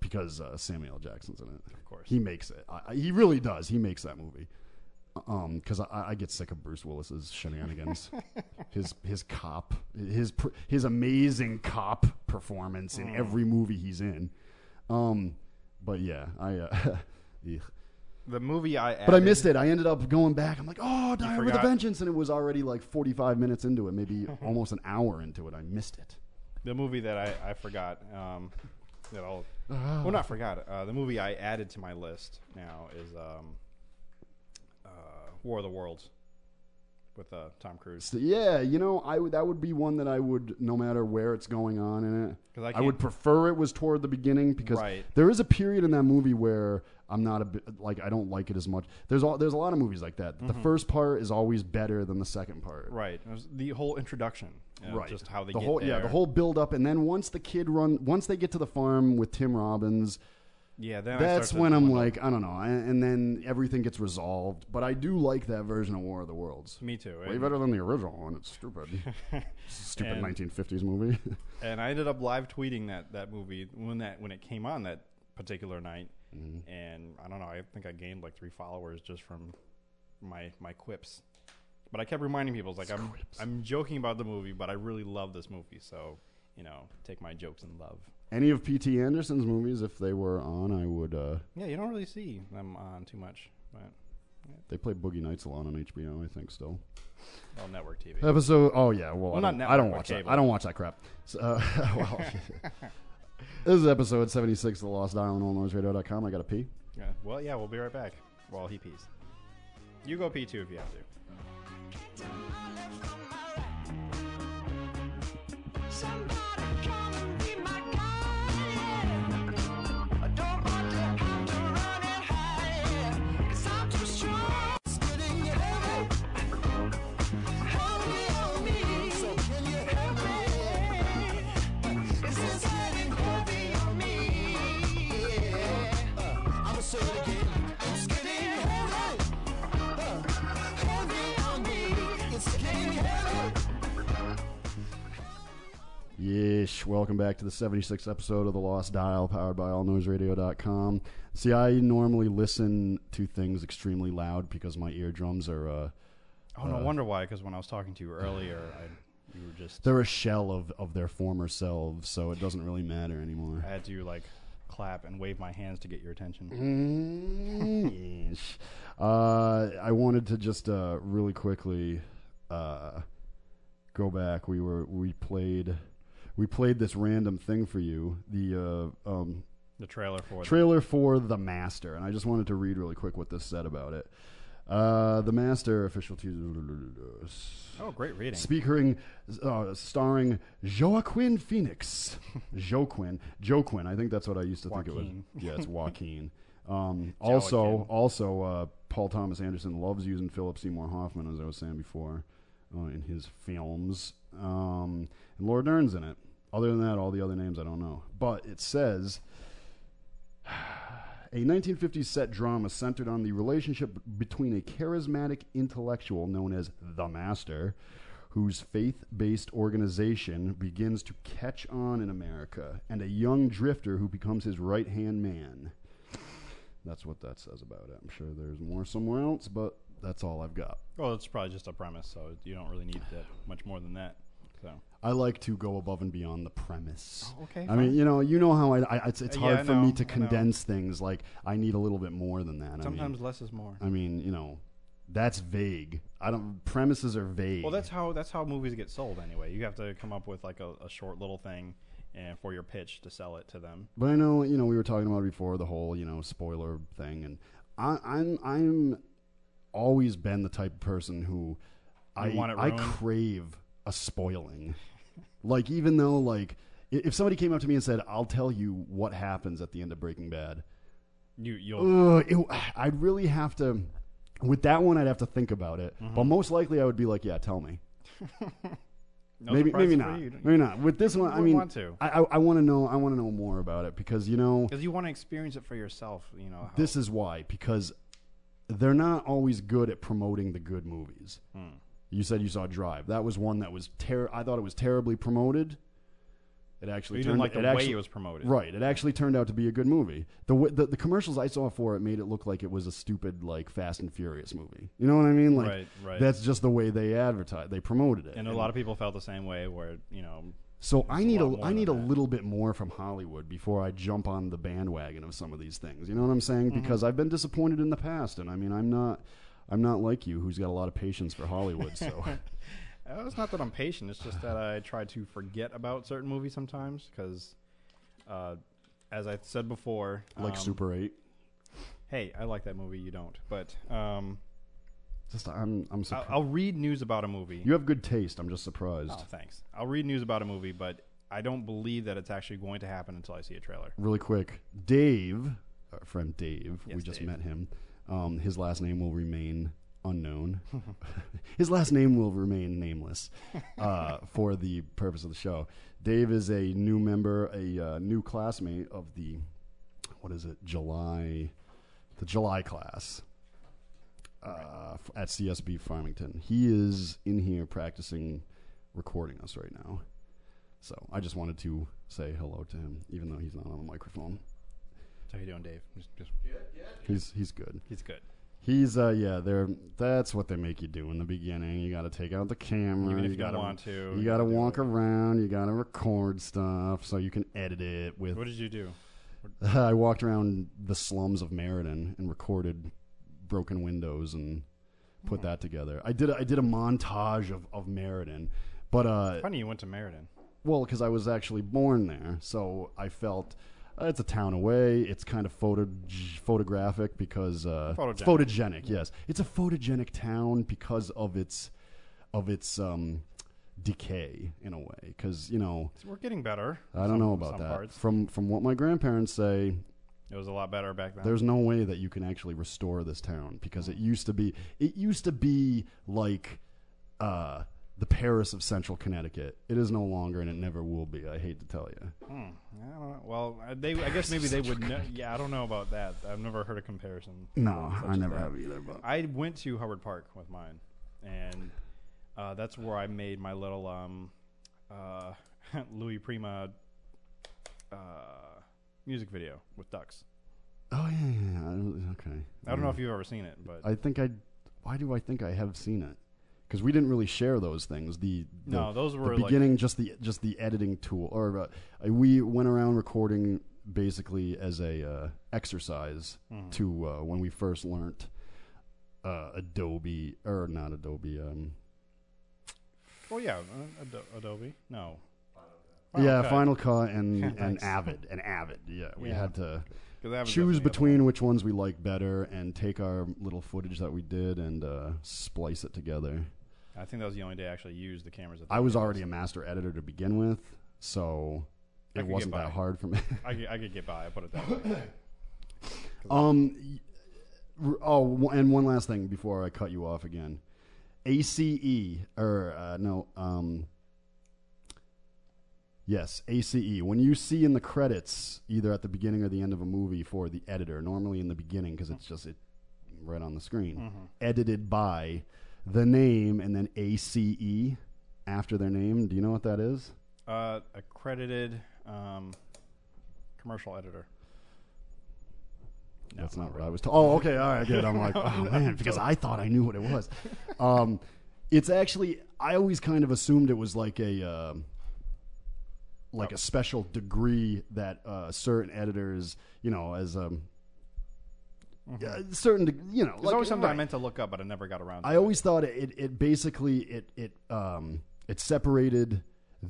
[SPEAKER 3] because uh, Samuel L. Jackson's in it. Of
[SPEAKER 4] course.
[SPEAKER 3] he makes it. I, I- he really does. He makes that movie. Um, because I, I get sick of Bruce Willis's shenanigans, his his cop, his pr- his amazing cop performance in every movie he's in. Um, but yeah, I. Uh, ugh.
[SPEAKER 4] The movie I added,
[SPEAKER 3] But I missed it. I ended up going back. I'm like, oh, Die Hard with a
[SPEAKER 4] forgot.
[SPEAKER 3] Vengeance, and it was already like 45 minutes into it, maybe almost an hour into it. I missed it.
[SPEAKER 4] the movie that I, I forgot. Um, that I'll well not forgot. Uh, the movie I added to my list now is um, uh, War of the Worlds with uh, Tom Cruise.
[SPEAKER 3] So, yeah, you know, I would that would be one that I would, no matter where it's going on in it,
[SPEAKER 4] 'Cause I
[SPEAKER 3] I, would
[SPEAKER 4] can't-
[SPEAKER 3] prefer it was toward the beginning because
[SPEAKER 4] Right.
[SPEAKER 3] there is a period in that movie where I'm not a bit, like I don't like it as much. There's all there's a lot of movies like that.
[SPEAKER 4] Mm-hmm.
[SPEAKER 3] The first part is always better than the second part.
[SPEAKER 4] Right, it was the whole introduction. you know,
[SPEAKER 3] right.
[SPEAKER 4] Just how they
[SPEAKER 3] the
[SPEAKER 4] get
[SPEAKER 3] whole yeah
[SPEAKER 4] there.
[SPEAKER 3] the whole build up, and then once the kid run once they get to the farm with Tim Robbins,
[SPEAKER 4] yeah. Then I
[SPEAKER 3] that's
[SPEAKER 4] started
[SPEAKER 3] when
[SPEAKER 4] to
[SPEAKER 3] I'm
[SPEAKER 4] dwindle.
[SPEAKER 3] like I don't know, and, and then everything gets resolved. But I do like that version of War of the Worlds.
[SPEAKER 4] me too.
[SPEAKER 3] Way
[SPEAKER 4] and-
[SPEAKER 3] better than the original one. It's stupid. stupid
[SPEAKER 4] And-
[SPEAKER 3] 1950s movie.
[SPEAKER 4] and I ended up live tweeting that that movie when that when it came on that particular night,
[SPEAKER 3] Mm-hmm.
[SPEAKER 4] and I don't know. I think I gained like three followers just from my my quips. But I kept reminding people, it's like I'm I'm joking about the movie, but I really love this movie. So you know, take my jokes and love.
[SPEAKER 3] Any of P.T. Anderson's movies, if they were on, I would. Uh,
[SPEAKER 4] Yeah, you don't really see them on too much, but
[SPEAKER 3] they play Boogie Nights a lot on HBO, I think, still.
[SPEAKER 4] well, network TV.
[SPEAKER 3] Episode. Oh yeah. Well, I
[SPEAKER 4] not
[SPEAKER 3] don't,
[SPEAKER 4] network,
[SPEAKER 3] I don't
[SPEAKER 4] but
[SPEAKER 3] watch that.
[SPEAKER 4] cable.
[SPEAKER 3] I don't watch that crap. So, uh, well, this is episode seventy-six of the Lost Island on LoneLonesRadio.com. I gotta pee.
[SPEAKER 4] Yeah. Well, yeah, we'll be right back while he pees. You go pee too if you have to.
[SPEAKER 2] Somebody come and be my guide. I don't want to have to run and hide. Cause I'm too strong. Spitting it out. Hungry on me. So can you help me? Is this hiding heavy on me? I'ma say it again. It's getting heavy. Uh, heavy on me. It's getting heavy.
[SPEAKER 3] Yeesh. Welcome back to the 76th episode of The Lost Dial, powered by AllNoiseRadio.com. See, I normally listen to things extremely loud because my eardrums are uh,
[SPEAKER 4] Oh, no wonder why. Because when I was talking to you earlier, I, you were just
[SPEAKER 3] they're a shell of, of their former selves, so it doesn't really matter anymore.
[SPEAKER 4] I had to like clap and wave my hands to get your attention.
[SPEAKER 3] Mm, yeesh. Uh, I wanted to just uh, really quickly uh, go back. We were we played we played this random thing for you. The uh, um,
[SPEAKER 4] The trailer for
[SPEAKER 3] trailer for The Master, and I just wanted to read really quick what this said about it. Uh, the Master official teaser,
[SPEAKER 4] the, oh, great reading.
[SPEAKER 3] speaking, uh, starring Joaquin Phoenix, Joaquin, Joaquin. I think that's what I used to
[SPEAKER 4] Joaquin.
[SPEAKER 3] think it was. Yeah, it's Joaquin. Um, also,
[SPEAKER 4] Joaquin.
[SPEAKER 3] also, uh, Paul Thomas Anderson loves using Philip Seymour Hoffman, as I was saying before, uh, in his films. Um, and Laura Dern's in it. Other than that, all the other names I don't know. But it says a 1950s set drama centered on the relationship between a charismatic intellectual known as the Master, whose faith based organization begins to catch on in America, and a young drifter who becomes his right hand man. That's what that says about it. I'm sure there's more somewhere else, but that's all I've got.
[SPEAKER 4] Well, it's probably just a premise, so you don't really need that much more than that. So
[SPEAKER 3] I like to go above and beyond the premise.
[SPEAKER 4] Oh, okay,
[SPEAKER 3] I mean, you know, you know how I, I it's, it's
[SPEAKER 4] Uh,
[SPEAKER 3] hard
[SPEAKER 4] yeah, I
[SPEAKER 3] for
[SPEAKER 4] know,
[SPEAKER 3] me
[SPEAKER 4] I
[SPEAKER 3] to
[SPEAKER 4] know.
[SPEAKER 3] condense things. Like I need a little bit more than that. I mean,
[SPEAKER 4] sometimes less is more.
[SPEAKER 3] I mean, you know, that's vague. I don't. Premises are vague.
[SPEAKER 4] Well, that's how that's how movies get sold anyway. You have to come up with like a, a short little thing, and for your pitch to sell it to them.
[SPEAKER 3] But I know, you know, we were talking about it before the whole, you know, spoiler thing, and I, I'm, I'm, always been the type of person who, I,
[SPEAKER 4] want it
[SPEAKER 3] I
[SPEAKER 4] ruined?
[SPEAKER 3] crave a spoiling. like even though, like, i- if somebody came up to me and said, "I'll tell you what happens at the end of Breaking Bad,"
[SPEAKER 4] You you'll
[SPEAKER 3] Ugh, it, I'd really have to. With that one, I'd have to think about it.
[SPEAKER 4] Mm-hmm.
[SPEAKER 3] But most likely, I would be like, "Yeah, tell me."
[SPEAKER 4] no
[SPEAKER 3] maybe
[SPEAKER 4] surprise
[SPEAKER 3] maybe
[SPEAKER 4] for
[SPEAKER 3] not.
[SPEAKER 4] you.
[SPEAKER 3] Maybe not. With this one, I
[SPEAKER 4] wouldn't
[SPEAKER 3] mean,
[SPEAKER 4] want to.
[SPEAKER 3] I, I, I want to know. I want to know more about it because you know
[SPEAKER 4] because you want to experience it for yourself. You know, how,
[SPEAKER 3] this is why because they're not always good at promoting the good movies.
[SPEAKER 4] Hmm.
[SPEAKER 3] You said you saw Drive. That was one that was ter- I thought it was terribly promoted. It actually
[SPEAKER 4] you
[SPEAKER 3] turned
[SPEAKER 4] didn't like the
[SPEAKER 3] it
[SPEAKER 4] way
[SPEAKER 3] actually,
[SPEAKER 4] it was promoted.
[SPEAKER 3] Right. It actually turned out to be a good movie. The, w- the the commercials I saw for it made it look like it was a stupid like Fast and Furious movie. You know what I mean? Like
[SPEAKER 4] Right, right.
[SPEAKER 3] that's just the way they advertised. They promoted it.
[SPEAKER 4] And a lot of people felt the same way. Where you know,
[SPEAKER 3] So I need
[SPEAKER 4] lot
[SPEAKER 3] a
[SPEAKER 4] more
[SPEAKER 3] I
[SPEAKER 4] than
[SPEAKER 3] need a
[SPEAKER 4] that.
[SPEAKER 3] little bit more from Hollywood before I jump on the bandwagon of some of these things. You know what I'm saying?
[SPEAKER 4] Mm-hmm.
[SPEAKER 3] Because I've been disappointed in the past, and I mean I'm not I'm not like you, who's got a lot of patience for Hollywood. So
[SPEAKER 4] Uh, It's not that I'm patient. It's just that I try to forget about certain movies sometimes because, uh, as I said before,
[SPEAKER 3] like
[SPEAKER 4] um,
[SPEAKER 3] Super Eight,
[SPEAKER 4] Hey, I like that movie. You don't, but um,
[SPEAKER 3] just I'm I'm
[SPEAKER 4] I'll,
[SPEAKER 3] surprised.
[SPEAKER 4] I'll read news about a movie.
[SPEAKER 3] you have good taste. I'm just surprised.
[SPEAKER 4] oh, thanks. I'll read news about a movie, but I don't believe that it's actually going to happen until I see a trailer.
[SPEAKER 3] Really quick, Dave, our friend Dave, we
[SPEAKER 4] Yes,
[SPEAKER 3] just
[SPEAKER 4] Dave.
[SPEAKER 3] met him. Um, his last name will remain unknown. his last name will remain nameless uh, for the purpose of the show. Dave is a new member, a uh, new classmate of the what is it? July, the July class uh, f- at CSB Farmington. He is in here practicing recording us right now. So I just wanted to say hello to him, even though he's not on the microphone.
[SPEAKER 4] So how you doing, Dave? Just, just,
[SPEAKER 3] He's he's good.
[SPEAKER 4] he's good.
[SPEAKER 3] He's uh yeah, they're that's what they make you do in the beginning. You got to take out the camera.
[SPEAKER 4] Even if you don't
[SPEAKER 3] gotta,
[SPEAKER 4] want to,
[SPEAKER 3] You,
[SPEAKER 4] you
[SPEAKER 3] got to
[SPEAKER 4] gotta do
[SPEAKER 3] walk
[SPEAKER 4] it.
[SPEAKER 3] around. You got to record stuff so you can edit it with.
[SPEAKER 4] What did you do?
[SPEAKER 3] I walked around the slums of Meriden and recorded broken windows and put
[SPEAKER 4] Hmm.
[SPEAKER 3] that together. I did a, I did a montage of of Meriden, but uh
[SPEAKER 4] Funny you went to Meriden.
[SPEAKER 3] well, because I was actually born there, so I felt uh, it's a town away. It's kind of photo- photographic because uh,
[SPEAKER 4] Photogenic.
[SPEAKER 3] it's photogenic. Yes, it's a photogenic town because of its of its um, decay in a way. Because you know,
[SPEAKER 4] So we're getting better.
[SPEAKER 3] I don't
[SPEAKER 4] Some-
[SPEAKER 3] know about
[SPEAKER 4] some
[SPEAKER 3] that.
[SPEAKER 4] Parts.
[SPEAKER 3] From from what my grandparents say,
[SPEAKER 4] It was a lot better back then.
[SPEAKER 3] there's no way that you can actually restore this town because it used to be it used to be like uh, the Paris of Central Connecticut. It is no longer, and it never will be. I hate to tell you.
[SPEAKER 4] Hmm. I don't know. Well, uh, they. I guess maybe they would. know yeah, I don't know about that. I've never heard a comparison.
[SPEAKER 3] No,
[SPEAKER 4] such
[SPEAKER 3] I
[SPEAKER 4] as
[SPEAKER 3] never
[SPEAKER 4] that.
[SPEAKER 3] have either. But
[SPEAKER 4] I went to Howard Park with mine, and uh, that's where I made my little um, uh, Louis Prima uh, music video with ducks.
[SPEAKER 3] oh yeah, yeah, yeah. I don't- okay.
[SPEAKER 4] I don't know if you've ever seen it, but
[SPEAKER 3] Mm. I think I. Why do I think I have seen it? Because we didn't really share those things. The, the
[SPEAKER 4] no, those
[SPEAKER 3] the
[SPEAKER 4] were like
[SPEAKER 3] beginning, just the just the editing tool, or uh, I- we went around recording basically as a uh, exercise
[SPEAKER 4] Mm-hmm.
[SPEAKER 3] to uh, when we first learnt uh, Adobe or not Adobe. Um,
[SPEAKER 4] Well, yeah, uh, Ado- Adobe. No.
[SPEAKER 3] yeah, Final Cut and and
[SPEAKER 4] Nice.
[SPEAKER 3] Avid and Avid. Yeah, we
[SPEAKER 4] Yeah.
[SPEAKER 3] had to
[SPEAKER 4] 'Cause that was
[SPEAKER 3] choose
[SPEAKER 4] definitely
[SPEAKER 3] between which ones we like better and take our little footage that we did and uh, splice it together.
[SPEAKER 4] the- I think that was the only day I actually used the cameras. At the
[SPEAKER 3] I was already a master editor to begin with, so
[SPEAKER 4] I
[SPEAKER 3] it
[SPEAKER 4] could get
[SPEAKER 3] wasn't
[SPEAKER 4] by.
[SPEAKER 3] that hard for me.
[SPEAKER 4] I could, I could get by. I put it that way.
[SPEAKER 3] um, y- r- oh, and one last thing before I cut you off again. ACE or uh, no, um, yes, ACE. When you see in the credits, either at the beginning or the end of a movie for the editor, normally in the beginning because it's just it right on the screen, edited by the name and then ACE after their name. Do you know what that is?
[SPEAKER 4] Uh, accredited um, commercial editor.
[SPEAKER 3] That's not what I was talking. Oh, okay, all right, good. I'm like, oh man, because I thought I knew what it was. Um, it's actually I always kind of assumed it was like a um, like
[SPEAKER 4] Oh.
[SPEAKER 3] a special degree that uh, certain editors, you know, as um, yeah, certain, deg- you know,
[SPEAKER 4] Mm-hmm. There's always something I
[SPEAKER 3] right.
[SPEAKER 4] meant to look up, but I never got around to
[SPEAKER 3] I always thought it, it basically it it um it separated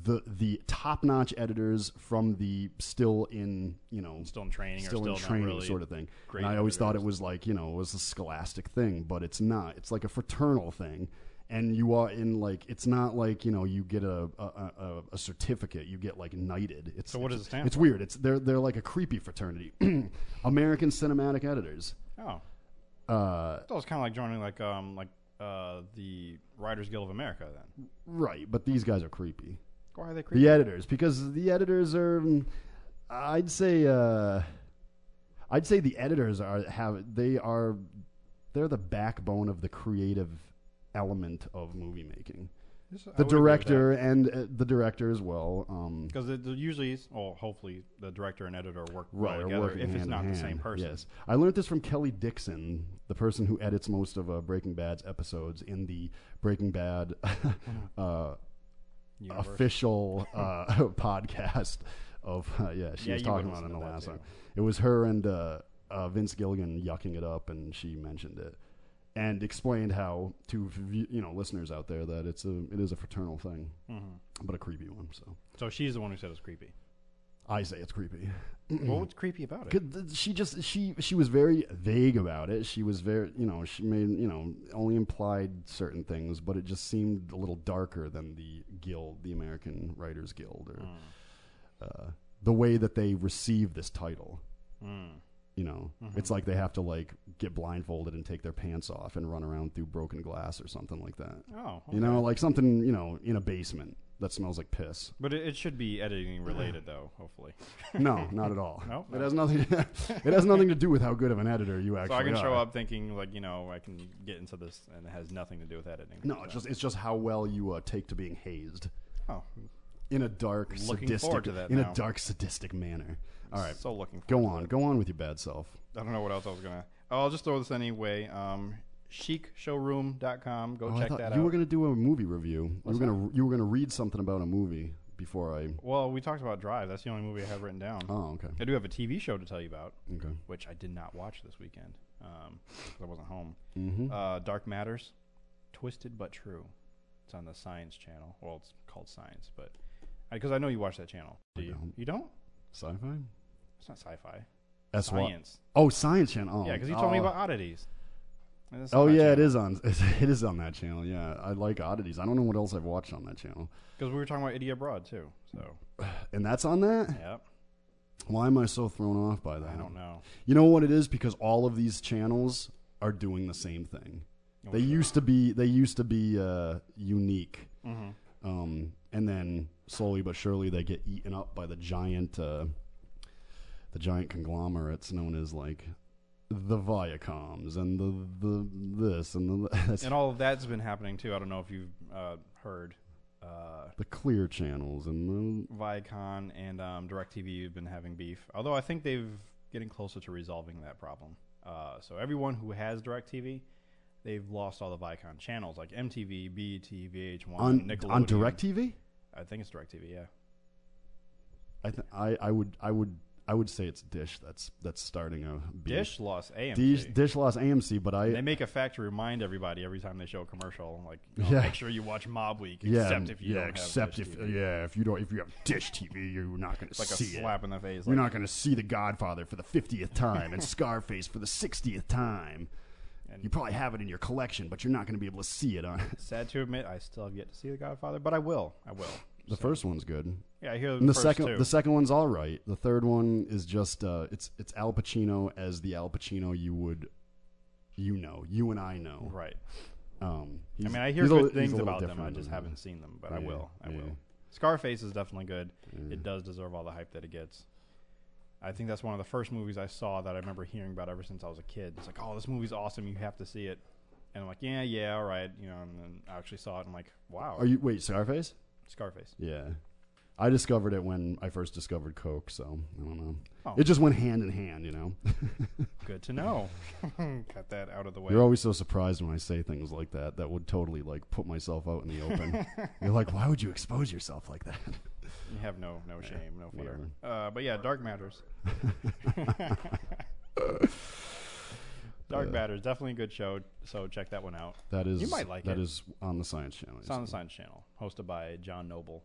[SPEAKER 3] the the top notch editors from the still in you know
[SPEAKER 4] Still in training or
[SPEAKER 3] still in
[SPEAKER 4] still not
[SPEAKER 3] training
[SPEAKER 4] really
[SPEAKER 3] sort of thing.
[SPEAKER 4] great
[SPEAKER 3] And I always thought it
[SPEAKER 4] editors.
[SPEAKER 3] was like you know it was a scholastic thing, but it's not. It's like a fraternal thing. And you are in like it's not like you know you get a a, a, a certificate you get like knighted. It's
[SPEAKER 4] So what does it stand
[SPEAKER 3] It's
[SPEAKER 4] for?
[SPEAKER 3] weird. It's they're they're like a creepy fraternity. American Cinematic Editors.
[SPEAKER 4] it. Oh,
[SPEAKER 3] Uh,
[SPEAKER 4] so it's kind of like joining like um like uh the Writers Guild of America. Then
[SPEAKER 3] right, but these guys are creepy.
[SPEAKER 4] why are they creepy?
[SPEAKER 3] the editors because the editors are mm, i'd say uh i'd say the editors are have they are they're the backbone of the creative element of movie making
[SPEAKER 4] This- I would
[SPEAKER 3] the
[SPEAKER 4] agree with
[SPEAKER 3] director and uh, the director as well um
[SPEAKER 4] Because usually, is- well, hopefully, the director and editor work
[SPEAKER 3] Right,
[SPEAKER 4] well
[SPEAKER 3] or
[SPEAKER 4] together
[SPEAKER 3] working
[SPEAKER 4] if it's
[SPEAKER 3] hand in
[SPEAKER 4] not the
[SPEAKER 3] hand.
[SPEAKER 4] same person.
[SPEAKER 3] Yes, I learned this from Kelly Dixon, the person who edits most of uh, Breaking Bad's episodes in the Breaking Bad uh,
[SPEAKER 4] Mm-hmm. Universe.
[SPEAKER 3] official uh, podcast of uh, yeah she
[SPEAKER 4] Yeah,
[SPEAKER 3] was
[SPEAKER 4] you
[SPEAKER 3] talking
[SPEAKER 4] would
[SPEAKER 3] about it in
[SPEAKER 4] listen
[SPEAKER 3] the
[SPEAKER 4] to that
[SPEAKER 3] last
[SPEAKER 4] too.
[SPEAKER 3] one it was her and uh, uh, vince gilligan yucking it up and she mentioned it and explained how to v- you know listeners out there that it's a it is a fraternal thing
[SPEAKER 4] Mm-hmm.
[SPEAKER 3] but a creepy one so
[SPEAKER 4] So she's the one who said it's creepy.
[SPEAKER 3] i say it's creepy
[SPEAKER 4] well, what's creepy about it?
[SPEAKER 3] 'Cause th- she just she she was very vague about it she was very you know she made you know only implied certain things but it just seemed a little darker than the guild the american writers guild or uh, the way that they receive this title
[SPEAKER 4] Mm.
[SPEAKER 3] you know it's like they have to like get blindfolded and take their pants off and run around through broken glass or something like that
[SPEAKER 4] Oh,
[SPEAKER 3] you know like something you know in a basement that smells like piss
[SPEAKER 4] but it, it should be editing related, though. Hopefully,
[SPEAKER 3] no not at all
[SPEAKER 4] No?
[SPEAKER 3] it has nothing it has nothing to do with how good of an editor you actually
[SPEAKER 4] so I can show
[SPEAKER 3] are.
[SPEAKER 4] up thinking like you know I can get into this, and it has nothing to do with editing.
[SPEAKER 3] No, it's just it's just how well you uh, take to being hazed
[SPEAKER 4] oh,
[SPEAKER 3] in a dark,
[SPEAKER 4] Looking
[SPEAKER 3] sadistic,
[SPEAKER 4] forward to that
[SPEAKER 3] in
[SPEAKER 4] now.
[SPEAKER 3] a dark, sadistic manner. All right,
[SPEAKER 4] so looking.
[SPEAKER 3] go
[SPEAKER 4] forward to
[SPEAKER 3] on,
[SPEAKER 4] it.
[SPEAKER 3] go on with your bad self.
[SPEAKER 4] I don't know what else I was gonna. oh, I'll just throw this anyway. Um, chicshowroom.com. Go
[SPEAKER 3] Oh, I
[SPEAKER 4] check
[SPEAKER 3] thought
[SPEAKER 4] that
[SPEAKER 3] you
[SPEAKER 4] out.
[SPEAKER 3] were gonna do a movie review. you were gonna you were gonna read something about a movie before I.
[SPEAKER 4] Well, we talked about Drive. That's the only movie I have written down.
[SPEAKER 3] Oh, okay,
[SPEAKER 4] I do have a TV show to tell you about,
[SPEAKER 3] okay.
[SPEAKER 4] which I did not watch this weekend um, 'cause I wasn't home.
[SPEAKER 3] Mm-hmm.
[SPEAKER 4] Uh, Dark Matters, Twisted but True. It's on the Science Channel. Well, it's called Science, but because I know you watch that channel. Do you?
[SPEAKER 3] don't.
[SPEAKER 4] You don't?
[SPEAKER 3] Sci-fi.
[SPEAKER 4] It's not sci-fi.
[SPEAKER 3] That's why-
[SPEAKER 4] Science.
[SPEAKER 3] Oh, science channel. Oh,
[SPEAKER 4] Yeah, because you told me
[SPEAKER 3] oh.
[SPEAKER 4] about oddities. And it's
[SPEAKER 3] Oh
[SPEAKER 4] on that
[SPEAKER 3] yeah, it
[SPEAKER 4] channel.
[SPEAKER 3] is on. It is on that channel. Yeah, I like oddities. I don't know what else I've watched on that channel,
[SPEAKER 4] Because we were talking about Idiot Abroad too. So,
[SPEAKER 3] and that's on that.
[SPEAKER 4] yep.
[SPEAKER 3] Why am I so thrown off by that?
[SPEAKER 4] I don't know.
[SPEAKER 3] You know what it is because all of these channels are doing the same thing. They used to be they used to be uh, unique,
[SPEAKER 4] Mm-hmm.
[SPEAKER 3] um, and then slowly but surely they get eaten up by the giant uh, the giant conglomerates known as like the Viacoms and the the this and the that's-
[SPEAKER 4] And all of that's been happening too. I don't know if you've uh, heard. Uh,
[SPEAKER 3] the clear channels and
[SPEAKER 4] Viacom and um, DirecTV have been having beef. Although I think they've getting closer to resolving that problem. Uh, so everyone who has DirecTV, they've lost all the Viacom channels like MTV, BET, VH1,
[SPEAKER 3] the on
[SPEAKER 4] Nickelodeon.
[SPEAKER 3] on Directv.
[SPEAKER 4] I think it's DirecTV. Yeah.
[SPEAKER 3] I, th- I I would I would I would say it's Dish that's that's starting a beef.
[SPEAKER 4] Dish lost AMC.
[SPEAKER 3] Dish, Dish lost AMC, but I
[SPEAKER 4] they make a fact to remind everybody every time they show a commercial, like, you know,
[SPEAKER 3] Yeah.
[SPEAKER 4] make sure you watch Mob Week,
[SPEAKER 3] yeah,
[SPEAKER 4] except if you
[SPEAKER 3] yeah,
[SPEAKER 4] don't
[SPEAKER 3] except
[SPEAKER 4] have Dish
[SPEAKER 3] if
[SPEAKER 4] TV.
[SPEAKER 3] yeah, if you don't if you have Dish TV, you're not going to
[SPEAKER 4] It's like
[SPEAKER 3] see
[SPEAKER 4] a
[SPEAKER 3] it.
[SPEAKER 4] slap in the face.
[SPEAKER 3] You're
[SPEAKER 4] like,
[SPEAKER 3] not going to see The Godfather for the fiftieth time and Scarface for the sixtieth time. you probably have it in your collection, but you're not going to be able to see it on.
[SPEAKER 4] sad to admit, I still have yet to see The Godfather, but I will. I will.
[SPEAKER 3] the first one's good.
[SPEAKER 4] Yeah, I hear
[SPEAKER 3] And the
[SPEAKER 4] first
[SPEAKER 3] second,
[SPEAKER 4] two.
[SPEAKER 3] the second one's all right. The third one is just uh, it's it's Al Pacino as the Al Pacino you would, you know, you and I know.
[SPEAKER 4] right.
[SPEAKER 3] Um,
[SPEAKER 4] I
[SPEAKER 3] he's-
[SPEAKER 4] mean, I hear
[SPEAKER 3] he's a
[SPEAKER 4] good
[SPEAKER 3] little- he's a
[SPEAKER 4] things
[SPEAKER 3] little
[SPEAKER 4] about them. I
[SPEAKER 3] different
[SPEAKER 4] just
[SPEAKER 3] than-
[SPEAKER 4] haven't seen them, but I
[SPEAKER 3] Yeah,
[SPEAKER 4] will. I
[SPEAKER 3] yeah.
[SPEAKER 4] will. Scarface is definitely good. It does deserve all the hype that it gets. I think that's one of the first movies I saw that I remember hearing about ever since I was a kid. It's like, oh, this movie's awesome. You have to see it. And I'm like, yeah, yeah, all right. You know, and then I actually saw it. And I'm like, wow,
[SPEAKER 3] Are you wait Scarface?
[SPEAKER 4] Scarface.
[SPEAKER 3] Yeah. I discovered it when I first discovered Coke, so I don't know.
[SPEAKER 4] Oh.
[SPEAKER 3] It just went hand in hand, you know.
[SPEAKER 4] Good to know. Cut that out of the way.
[SPEAKER 3] You're always so surprised when I say things like that that would totally like put myself out in the open. You're like, why would you expose yourself like that?
[SPEAKER 4] You have no no shame, no fear.
[SPEAKER 3] whatever.
[SPEAKER 4] Uh, but yeah, Dark Matters. Dark Matters, definitely a good show. So check that one out.
[SPEAKER 3] That is
[SPEAKER 4] You might like
[SPEAKER 3] that
[SPEAKER 4] it.
[SPEAKER 3] is on the science channel.
[SPEAKER 4] It's on the Science Channel, hosted by John Noble.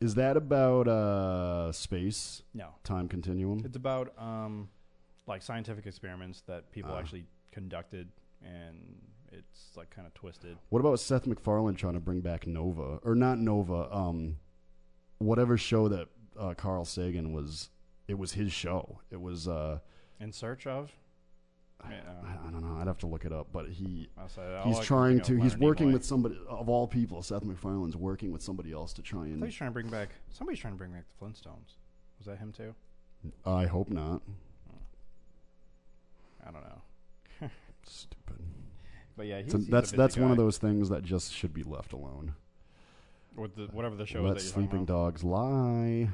[SPEAKER 3] Is that about uh space
[SPEAKER 4] No,
[SPEAKER 3] time continuum?
[SPEAKER 4] it's about um, like scientific experiments that people
[SPEAKER 3] Ah.
[SPEAKER 4] actually conducted, and it's like kind of twisted.
[SPEAKER 3] What about Seth MacFarlane trying to bring back Nova or not Nova? Um, whatever show that uh, Carl Sagan was, it was his show. It was uh,
[SPEAKER 4] In search of. I mean, uh,
[SPEAKER 3] I, I don't know. I'd have to look it up, but he
[SPEAKER 4] I'll say that. All I
[SPEAKER 3] he's
[SPEAKER 4] can
[SPEAKER 3] trying
[SPEAKER 4] think of
[SPEAKER 3] to.
[SPEAKER 4] is
[SPEAKER 3] He's
[SPEAKER 4] Leonard
[SPEAKER 3] working
[SPEAKER 4] Nimoy.
[SPEAKER 3] with somebody of all people. Seth MacFarlane's working with somebody else to try
[SPEAKER 4] I thought he was
[SPEAKER 3] and.
[SPEAKER 4] trying to bring back. Somebody's trying to bring back the Flintstones. Was that him too?
[SPEAKER 3] I hope not.
[SPEAKER 4] I don't know.
[SPEAKER 3] Stupid.
[SPEAKER 4] But yeah, he's,
[SPEAKER 3] So
[SPEAKER 4] he's a
[SPEAKER 3] that's
[SPEAKER 4] busy
[SPEAKER 3] that's one of
[SPEAKER 4] guy.
[SPEAKER 3] those things that just should be left alone.
[SPEAKER 4] With the, whatever the show
[SPEAKER 3] Let
[SPEAKER 4] that you're talking
[SPEAKER 3] sleeping
[SPEAKER 4] about.
[SPEAKER 3] dogs lie.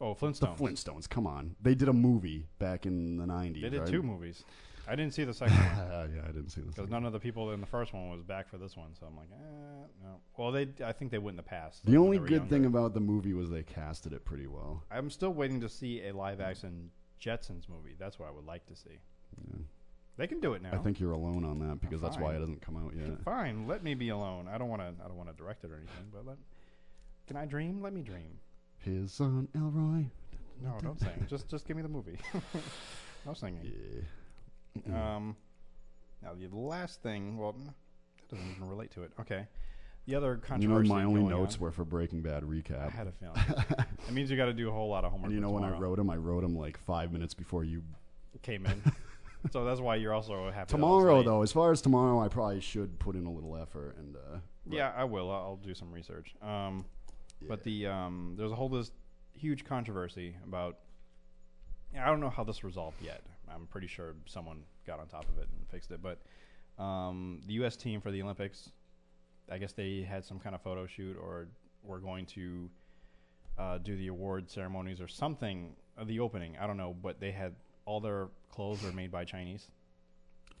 [SPEAKER 4] Oh, Flintstones.
[SPEAKER 3] The Flintstones. Come on, they did a movie back in the nineties.
[SPEAKER 4] They did
[SPEAKER 3] right?
[SPEAKER 4] two movies. I didn't see the second one.
[SPEAKER 3] Uh, yeah, I didn't see this.
[SPEAKER 4] Because none of the people in the first one was back for this one, so I'm like, eh, no. Well, they, I think they went in the past.
[SPEAKER 3] The
[SPEAKER 4] like, when
[SPEAKER 3] only
[SPEAKER 4] they were
[SPEAKER 3] good
[SPEAKER 4] younger.
[SPEAKER 3] thing about the movie was they casted it pretty well.
[SPEAKER 4] I'm still waiting to see a live action Jetsons movie. That's what I would like to see. They can do it now.
[SPEAKER 3] I think you're alone on that because that's why it doesn't come out yet.
[SPEAKER 4] Fine, let me be alone. I don't want to. I don't want to direct it or anything. But let, can I dream? Let me dream.
[SPEAKER 3] His son Elroy.
[SPEAKER 4] No, don't sing. just, just give me the movie. no singing.
[SPEAKER 3] Yeah. Mm.
[SPEAKER 4] Um, now the last thing. Well, that doesn't even relate to it. Okay. The other
[SPEAKER 3] You know,
[SPEAKER 4] controversy.
[SPEAKER 3] my only
[SPEAKER 4] going
[SPEAKER 3] notes
[SPEAKER 4] on-
[SPEAKER 3] were for Breaking Bad
[SPEAKER 4] I
[SPEAKER 3] recap.
[SPEAKER 4] had a feeling. it means you got to do a whole lot of homework.
[SPEAKER 3] And you know
[SPEAKER 4] for
[SPEAKER 3] when I
[SPEAKER 4] tomorrow.
[SPEAKER 3] wrote them, I wrote them like five minutes before you.
[SPEAKER 4] came in, so that's why you're also happy. that I was
[SPEAKER 3] Tomorrow,
[SPEAKER 4] late.
[SPEAKER 3] though, as far as tomorrow, I probably should put in a little effort. And uh,
[SPEAKER 4] Yeah, I will. I'll I'll do some research. Um, but the um, there's a whole this huge controversy about. I don't know how this resolved yet. I'm pretty sure someone got on top of it and fixed it. But um, the U.S. team for the Olympics, I guess they had some kind of photo shoot or were going to uh, do the award ceremonies or something, uh, the opening. I don't know, but they had all their clothes were made by Chinese.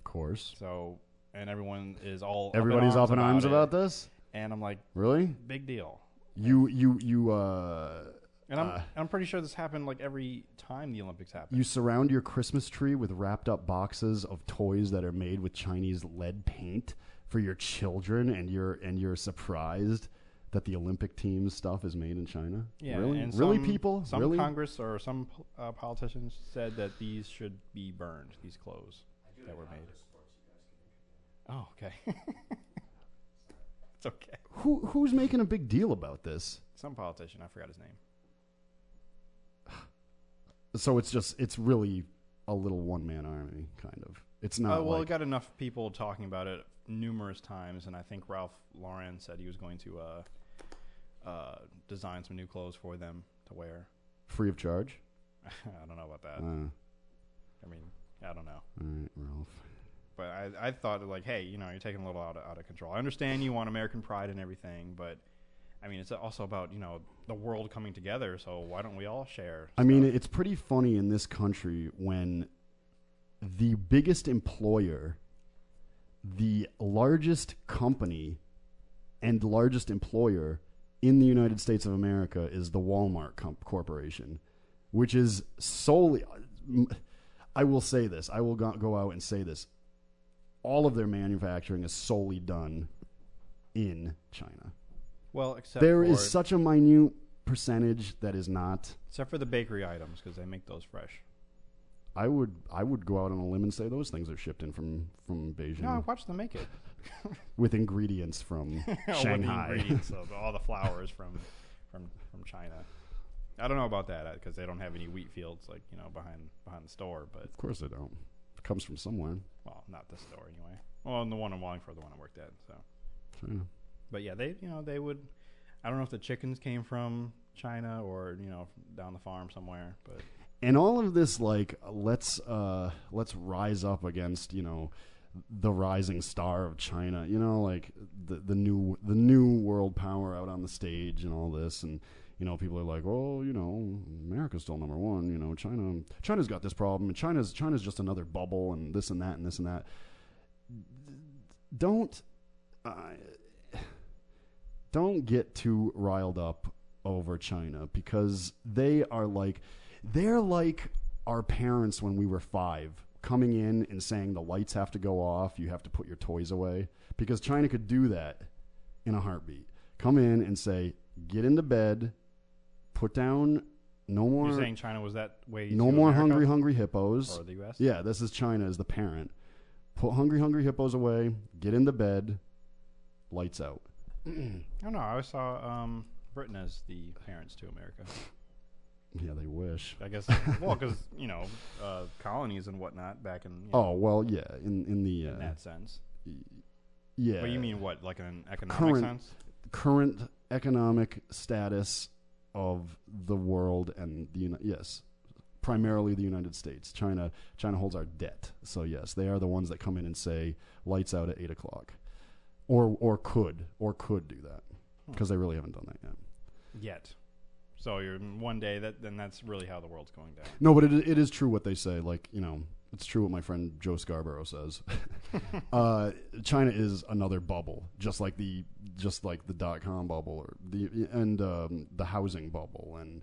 [SPEAKER 3] course.
[SPEAKER 4] So, and everyone is all up in
[SPEAKER 3] Everybody's up in arms about,
[SPEAKER 4] it.
[SPEAKER 3] this.
[SPEAKER 4] And I'm like,
[SPEAKER 3] Really?
[SPEAKER 4] big deal.
[SPEAKER 3] You you you uh
[SPEAKER 4] And I'm I'm pretty sure this happened like every time the Olympics happen.
[SPEAKER 3] you surround your Christmas tree with wrapped up boxes of toys that are made with Chinese lead paint for your children, and you're and you're surprised that the Olympic team stuff is made in China.
[SPEAKER 4] yeah,
[SPEAKER 3] really,
[SPEAKER 4] and
[SPEAKER 3] really,
[SPEAKER 4] some-
[SPEAKER 3] people,
[SPEAKER 4] Some
[SPEAKER 3] really.
[SPEAKER 4] Congress or some uh, politicians said that these should be burned. These clothes that were made. Oh, okay. it's okay.
[SPEAKER 3] Who who's making a big deal about this?
[SPEAKER 4] Some politician, I forgot his name.
[SPEAKER 3] So it's just it's really a little one man army kind of. It's not
[SPEAKER 4] Uh, well,
[SPEAKER 3] like
[SPEAKER 4] it got enough people talking about it numerous times, and I think Ralph Lauren said he was going to uh, uh, design some new clothes for them to wear.
[SPEAKER 3] free of charge.
[SPEAKER 4] I don't know about that.
[SPEAKER 3] Uh, all
[SPEAKER 4] I mean, I don't know.
[SPEAKER 3] right, Ralph.
[SPEAKER 4] But I, I thought like, hey, you know, you're taking a little out of, out of control. I understand you want American pride and everything, but I mean, it's also about you know the world coming together. So why don't we all share?
[SPEAKER 3] I mean, it's pretty funny in this country when the biggest employer, the largest company, and largest employer in the United States of America is the Walmart comp- Corporation, which is solely. I will say this. I will go- go out and say this. All of their manufacturing is solely done in China.
[SPEAKER 4] Well, except
[SPEAKER 3] There
[SPEAKER 4] for,
[SPEAKER 3] is such a minute percentage that is not.
[SPEAKER 4] except for the bakery items because they make those fresh.
[SPEAKER 3] I would I would go out on a limb and say those things are shipped in from from Beijing
[SPEAKER 4] No, I watched them make it.
[SPEAKER 3] with ingredients from
[SPEAKER 4] All of the
[SPEAKER 3] Shanghai.
[SPEAKER 4] ingredients of all the flowers from from from China. I don't know about that because they don't have any wheat fields like you know behind behind the store, but
[SPEAKER 3] of course they don't. It comes from somewhere.
[SPEAKER 4] well, not the store anyway. Well, and the one in Wallingford, the one I worked at. So,
[SPEAKER 3] China.
[SPEAKER 4] but yeah, they you know they would. I don't know if the chickens came from China or you know down the farm somewhere, but
[SPEAKER 3] And all of this like let's uh let's rise up against, you know, the rising star of China, you know, like the the new the new world power out on the stage and all this and you know, people are like, "Oh, you know, America's still number one. You know, China, China's got this problem, and China's China's just another bubble, and this and that, and this and that." don't uh, don't get too riled up over China because they are like they're like our parents when we were 5 coming in and saying the lights have to go off, you have to put your toys away because China could do that in a heartbeat. Come in and say get into bed, put down no more
[SPEAKER 4] you're saying China was that way?
[SPEAKER 3] no
[SPEAKER 4] to
[SPEAKER 3] more
[SPEAKER 4] America
[SPEAKER 3] hungry hungry hippos.
[SPEAKER 4] or the U.S.
[SPEAKER 3] Yeah, this is China as the parent. Put hungry, hungry hippos away. Get into bed. Lights out.
[SPEAKER 4] I don't know. I always saw um, Britain as the parents to America.
[SPEAKER 3] Yeah, they wish.
[SPEAKER 4] I guess well because you know uh, colonies and whatnot back in you know,
[SPEAKER 3] Oh well, yeah. In in the
[SPEAKER 4] in
[SPEAKER 3] uh,
[SPEAKER 4] that sense.
[SPEAKER 3] yeah.
[SPEAKER 4] But you mean what, like in an economic
[SPEAKER 3] Current-
[SPEAKER 4] sense?
[SPEAKER 3] current economic status of the world and the Uni- yes, primarily the United States. China China holds our debt, so yes, they are the ones that come in and say lights out at eight o'clock, or or could or could do that because they really haven't done that yet.
[SPEAKER 4] Yet. So you're in one day that then that's really how the world's going down.
[SPEAKER 3] No, but it, it is true what they say. Like, you know, it's true what my friend Joe Scarborough says. uh, China is another bubble, just like the just like the dot com bubble or the and um, the housing bubble and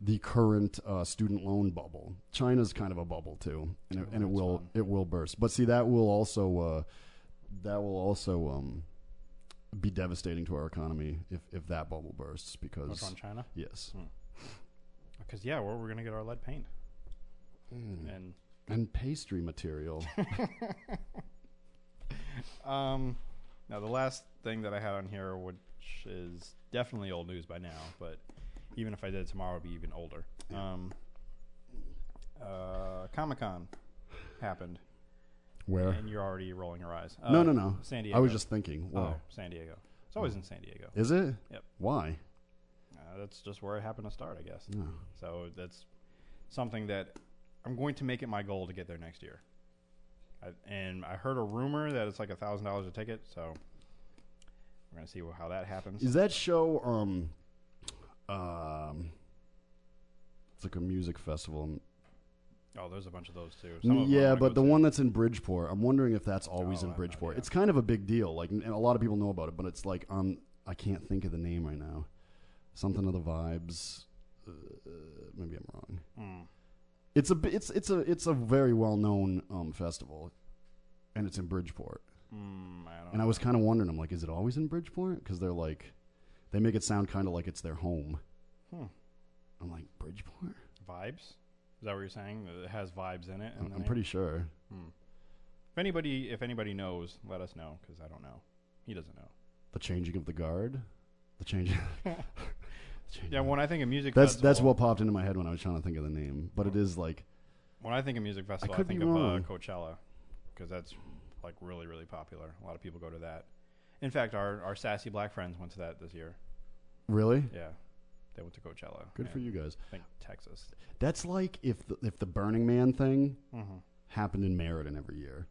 [SPEAKER 3] the current uh, student loan bubble. China's kind of a bubble too, and it,
[SPEAKER 4] Oh,
[SPEAKER 3] and it will it will burst. But see, that will also uh, that will also um, be devastating to our economy if if that bubble bursts
[SPEAKER 4] What's
[SPEAKER 3] because
[SPEAKER 4] on China?
[SPEAKER 3] yes,
[SPEAKER 4] Because yeah, we're, we're gonna get our lead paint.
[SPEAKER 3] Hmm.
[SPEAKER 4] And
[SPEAKER 3] and pastry material.
[SPEAKER 4] um, now the last thing that I had on here, which is definitely old news by now, but even if I did it tomorrow, it'd be even older. Um, uh, Comic Con happened,
[SPEAKER 3] Where?
[SPEAKER 4] and you're already rolling your eyes.
[SPEAKER 3] Uh. No,
[SPEAKER 4] Uh,
[SPEAKER 3] no, no.
[SPEAKER 4] San Diego.
[SPEAKER 3] I was just thinking. Wow.
[SPEAKER 4] oh, San Diego. It's always in San Diego.
[SPEAKER 3] Is it?
[SPEAKER 4] Yep.
[SPEAKER 3] Why?
[SPEAKER 4] Uh, that's just where it happened to start, I guess. So that's something that I'm going to make it my goal to get there next year. I, and I heard a rumor that it's like a thousand dollars a ticket, so we're gonna see how that happens.
[SPEAKER 3] Is that show um um it's like a music festival.
[SPEAKER 4] Oh, there's a bunch of those too. Some of
[SPEAKER 3] N-
[SPEAKER 4] 'em
[SPEAKER 3] Yeah,
[SPEAKER 4] I
[SPEAKER 3] but the
[SPEAKER 4] go to.
[SPEAKER 3] one that's in Bridgeport, I'm wondering if that's always
[SPEAKER 4] Oh,
[SPEAKER 3] in
[SPEAKER 4] I know,
[SPEAKER 3] Bridgeport.
[SPEAKER 4] yeah.
[SPEAKER 3] It's kind of a big deal. Like, and a lot of people know about it, but it's like um, I can't think of the name right now. Something of the vibes. Uh, maybe I'm wrong.
[SPEAKER 4] Hmm,
[SPEAKER 3] It's a bi- it's it's a it's a very well known um, festival, and it's in Bridgeport.
[SPEAKER 4] Mm, I don't
[SPEAKER 3] And I was kind of wondering, I'm like, is it always in Bridgeport? Because they're like, they make it sound kind of like it's their home.
[SPEAKER 4] Hmm.
[SPEAKER 3] I'm like Bridgeport.
[SPEAKER 4] vibes. Is that what you're saying? That It has vibes in it.
[SPEAKER 3] I'm-
[SPEAKER 4] and the
[SPEAKER 3] I'm
[SPEAKER 4] name?
[SPEAKER 3] pretty sure.
[SPEAKER 4] If anybody, if anybody knows, let us know because I don't know. He doesn't know.
[SPEAKER 3] The changing of the guard. The changing.
[SPEAKER 4] Yeah, when I think of music,
[SPEAKER 3] That's
[SPEAKER 4] festival,
[SPEAKER 3] that's what popped into my head when I was trying to think of the name. But it is like
[SPEAKER 4] When I think of music festival, I,
[SPEAKER 3] could be
[SPEAKER 4] think of uh,
[SPEAKER 3] wrong.
[SPEAKER 4] Coachella because that's like really, really popular. A lot of people go to that. In fact, our our sassy black friends went to that this year.
[SPEAKER 3] really
[SPEAKER 4] Yeah, they went to Coachella.
[SPEAKER 3] good for
[SPEAKER 4] and
[SPEAKER 3] you guys.
[SPEAKER 4] I think Texas.
[SPEAKER 3] That's like if the, if the Burning Man thing
[SPEAKER 4] Mm-hmm.
[SPEAKER 3] happened in Meriden every year.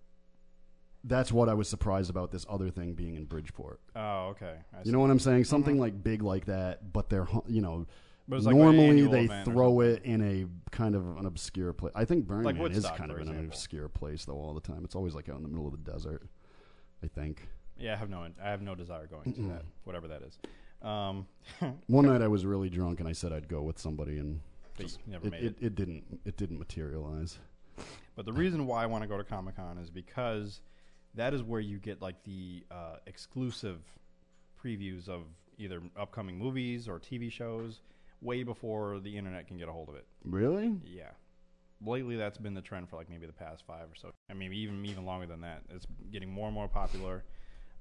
[SPEAKER 3] That's what I was surprised about this other thing being in Bridgeport.
[SPEAKER 4] Oh, okay. I
[SPEAKER 3] You know what I'm saying? Something like big like that, but they're hu- you know
[SPEAKER 4] Mm-hmm. But it's like an
[SPEAKER 3] normally
[SPEAKER 4] annual
[SPEAKER 3] they
[SPEAKER 4] event or
[SPEAKER 3] throw it in a kind of an obscure place. I think Burning
[SPEAKER 4] Like
[SPEAKER 3] Man
[SPEAKER 4] Woodstock,
[SPEAKER 3] is kind of
[SPEAKER 4] for
[SPEAKER 3] in an
[SPEAKER 4] example.
[SPEAKER 3] obscure place though all the time. It's always like out in the middle of the desert. I think.
[SPEAKER 4] Yeah, I have no, I have no desire going to that, whatever that is. Um,
[SPEAKER 3] One night I was really drunk and I said I'd go with somebody and
[SPEAKER 4] just never
[SPEAKER 3] it,
[SPEAKER 4] made
[SPEAKER 3] it, it didn't it didn't materialize.
[SPEAKER 4] But the reason why I want to go to Comic Con is because that is where you get like the uh, exclusive previews of either upcoming movies or TV shows way before the internet can get a hold of it.
[SPEAKER 3] Really?
[SPEAKER 4] Yeah. Lately, that's been the trend for like maybe the past five or so. I mean, even even longer than that. It's getting more and more popular.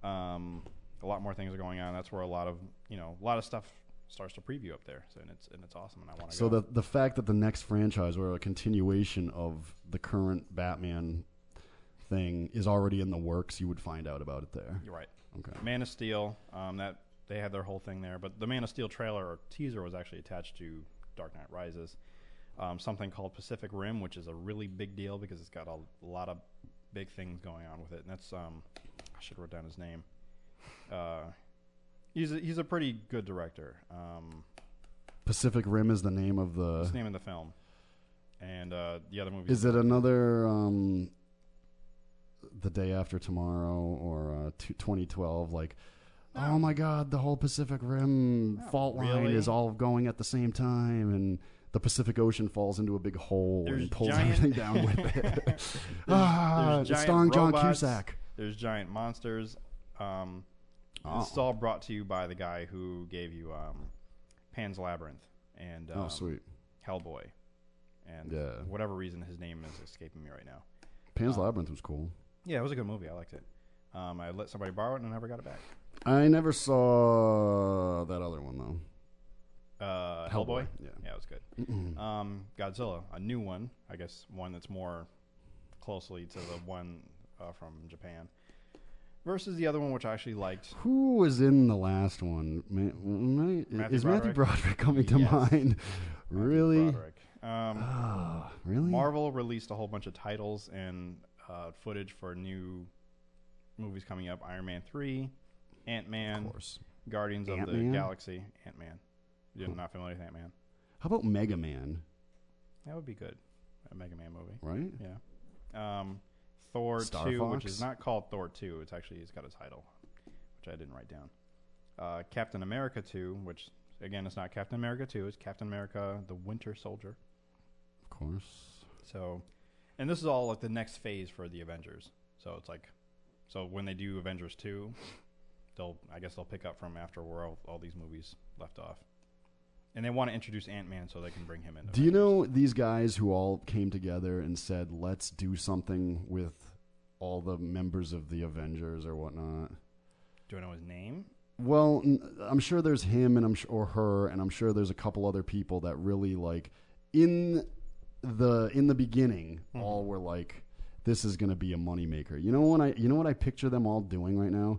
[SPEAKER 4] Um, a lot more things are going on. That's where a lot of you know a lot of stuff starts to preview up there, so, and it's and it's awesome. And I want to
[SPEAKER 3] So
[SPEAKER 4] go.
[SPEAKER 3] the the fact that the next franchise or a continuation of the current Batman thing is already in the works, you would find out about it there.
[SPEAKER 4] You're right.
[SPEAKER 3] Okay.
[SPEAKER 4] Man of Steel. Um, that they had their whole thing there, but the Man of Steel trailer or teaser was actually attached to Dark Knight Rises. Um, something called Pacific Rim, which is a really big deal because it's got a lot of big things going on with it. And that's um, I should have wrote down his name. Uh, he's a, he's a pretty good director. Um,
[SPEAKER 3] Pacific Rim is the name of
[SPEAKER 4] his
[SPEAKER 3] the.
[SPEAKER 4] name in the film, and uh, the other movie
[SPEAKER 3] Is it another um, the day after tomorrow or uh, t- 2012? Like, oh my God, the whole Pacific Rim fault line
[SPEAKER 4] really.
[SPEAKER 3] is all going at the same time, and the Pacific Ocean falls into a big hole
[SPEAKER 4] There's
[SPEAKER 3] and pulls
[SPEAKER 4] giant-
[SPEAKER 3] everything down with it. ah,
[SPEAKER 4] there's
[SPEAKER 3] it's
[SPEAKER 4] giant
[SPEAKER 3] starring John
[SPEAKER 4] robots.
[SPEAKER 3] Cusack.
[SPEAKER 4] There's giant monsters. Um, This is
[SPEAKER 3] Oh.
[SPEAKER 4] all brought to you by the guy who gave you um, Pan's Labyrinth and um,
[SPEAKER 3] oh, sweet.
[SPEAKER 4] Hellboy, and
[SPEAKER 3] Yeah.
[SPEAKER 4] whatever reason his name is escaping me right now.
[SPEAKER 3] Pan's Labyrinth was cool.
[SPEAKER 4] Yeah, it was a good movie. I liked it. Um, I let somebody borrow it and I never got it back.
[SPEAKER 3] I never saw that other one though.
[SPEAKER 4] Uh,
[SPEAKER 3] Hellboy,
[SPEAKER 4] Hellboy.
[SPEAKER 3] yeah.
[SPEAKER 4] it was good. um, Godzilla, a new one, I guess, one that's more closely to the one uh, from Japan versus the other one, which I actually liked.
[SPEAKER 3] Who was in the last one? Ma- ma-
[SPEAKER 4] Matthew
[SPEAKER 3] is Matthew
[SPEAKER 4] Broderick?
[SPEAKER 3] Broderick coming to
[SPEAKER 4] Yes.
[SPEAKER 3] mind? really?
[SPEAKER 4] Broderick. Um,
[SPEAKER 3] Ah, really?
[SPEAKER 4] Marvel released a whole bunch of titles and uh, footage for new movies coming up: Iron Man three, Ant Man,
[SPEAKER 3] of course.
[SPEAKER 4] Guardians of the
[SPEAKER 3] Ant-Man?
[SPEAKER 4] Galaxy, Ant Man. You're not familiar with Ant Man?
[SPEAKER 3] How about Mega Man?
[SPEAKER 4] That would be good. A Mega Man movie.
[SPEAKER 3] Right?
[SPEAKER 4] Yeah. Um, Thor
[SPEAKER 3] Star
[SPEAKER 4] two,
[SPEAKER 3] Fox?
[SPEAKER 4] which is not called Thor two. It's actually it's got a title, which I didn't write down. Uh, Captain America two, which again it's not Captain America two. It's Captain America the Winter Soldier.
[SPEAKER 3] Of course.
[SPEAKER 4] So, and this is all like the next phase for the Avengers. So it's like, so when they do Avengers two, they'll I guess they'll pick up from after where all, all these movies left off, and they want to introduce Ant Man so they can bring him in.
[SPEAKER 3] Do you know these guys who all came together and said, "Let's do something with all the members of the Avengers or whatnot"?
[SPEAKER 4] Do I know his name?
[SPEAKER 3] Well, n- I'm sure there's him and I'm sure, or her, and I'm sure there's a couple other people that really like in the in the beginning all were like, "This is going to be a moneymaker." You know when I you know what I picture them all doing right now?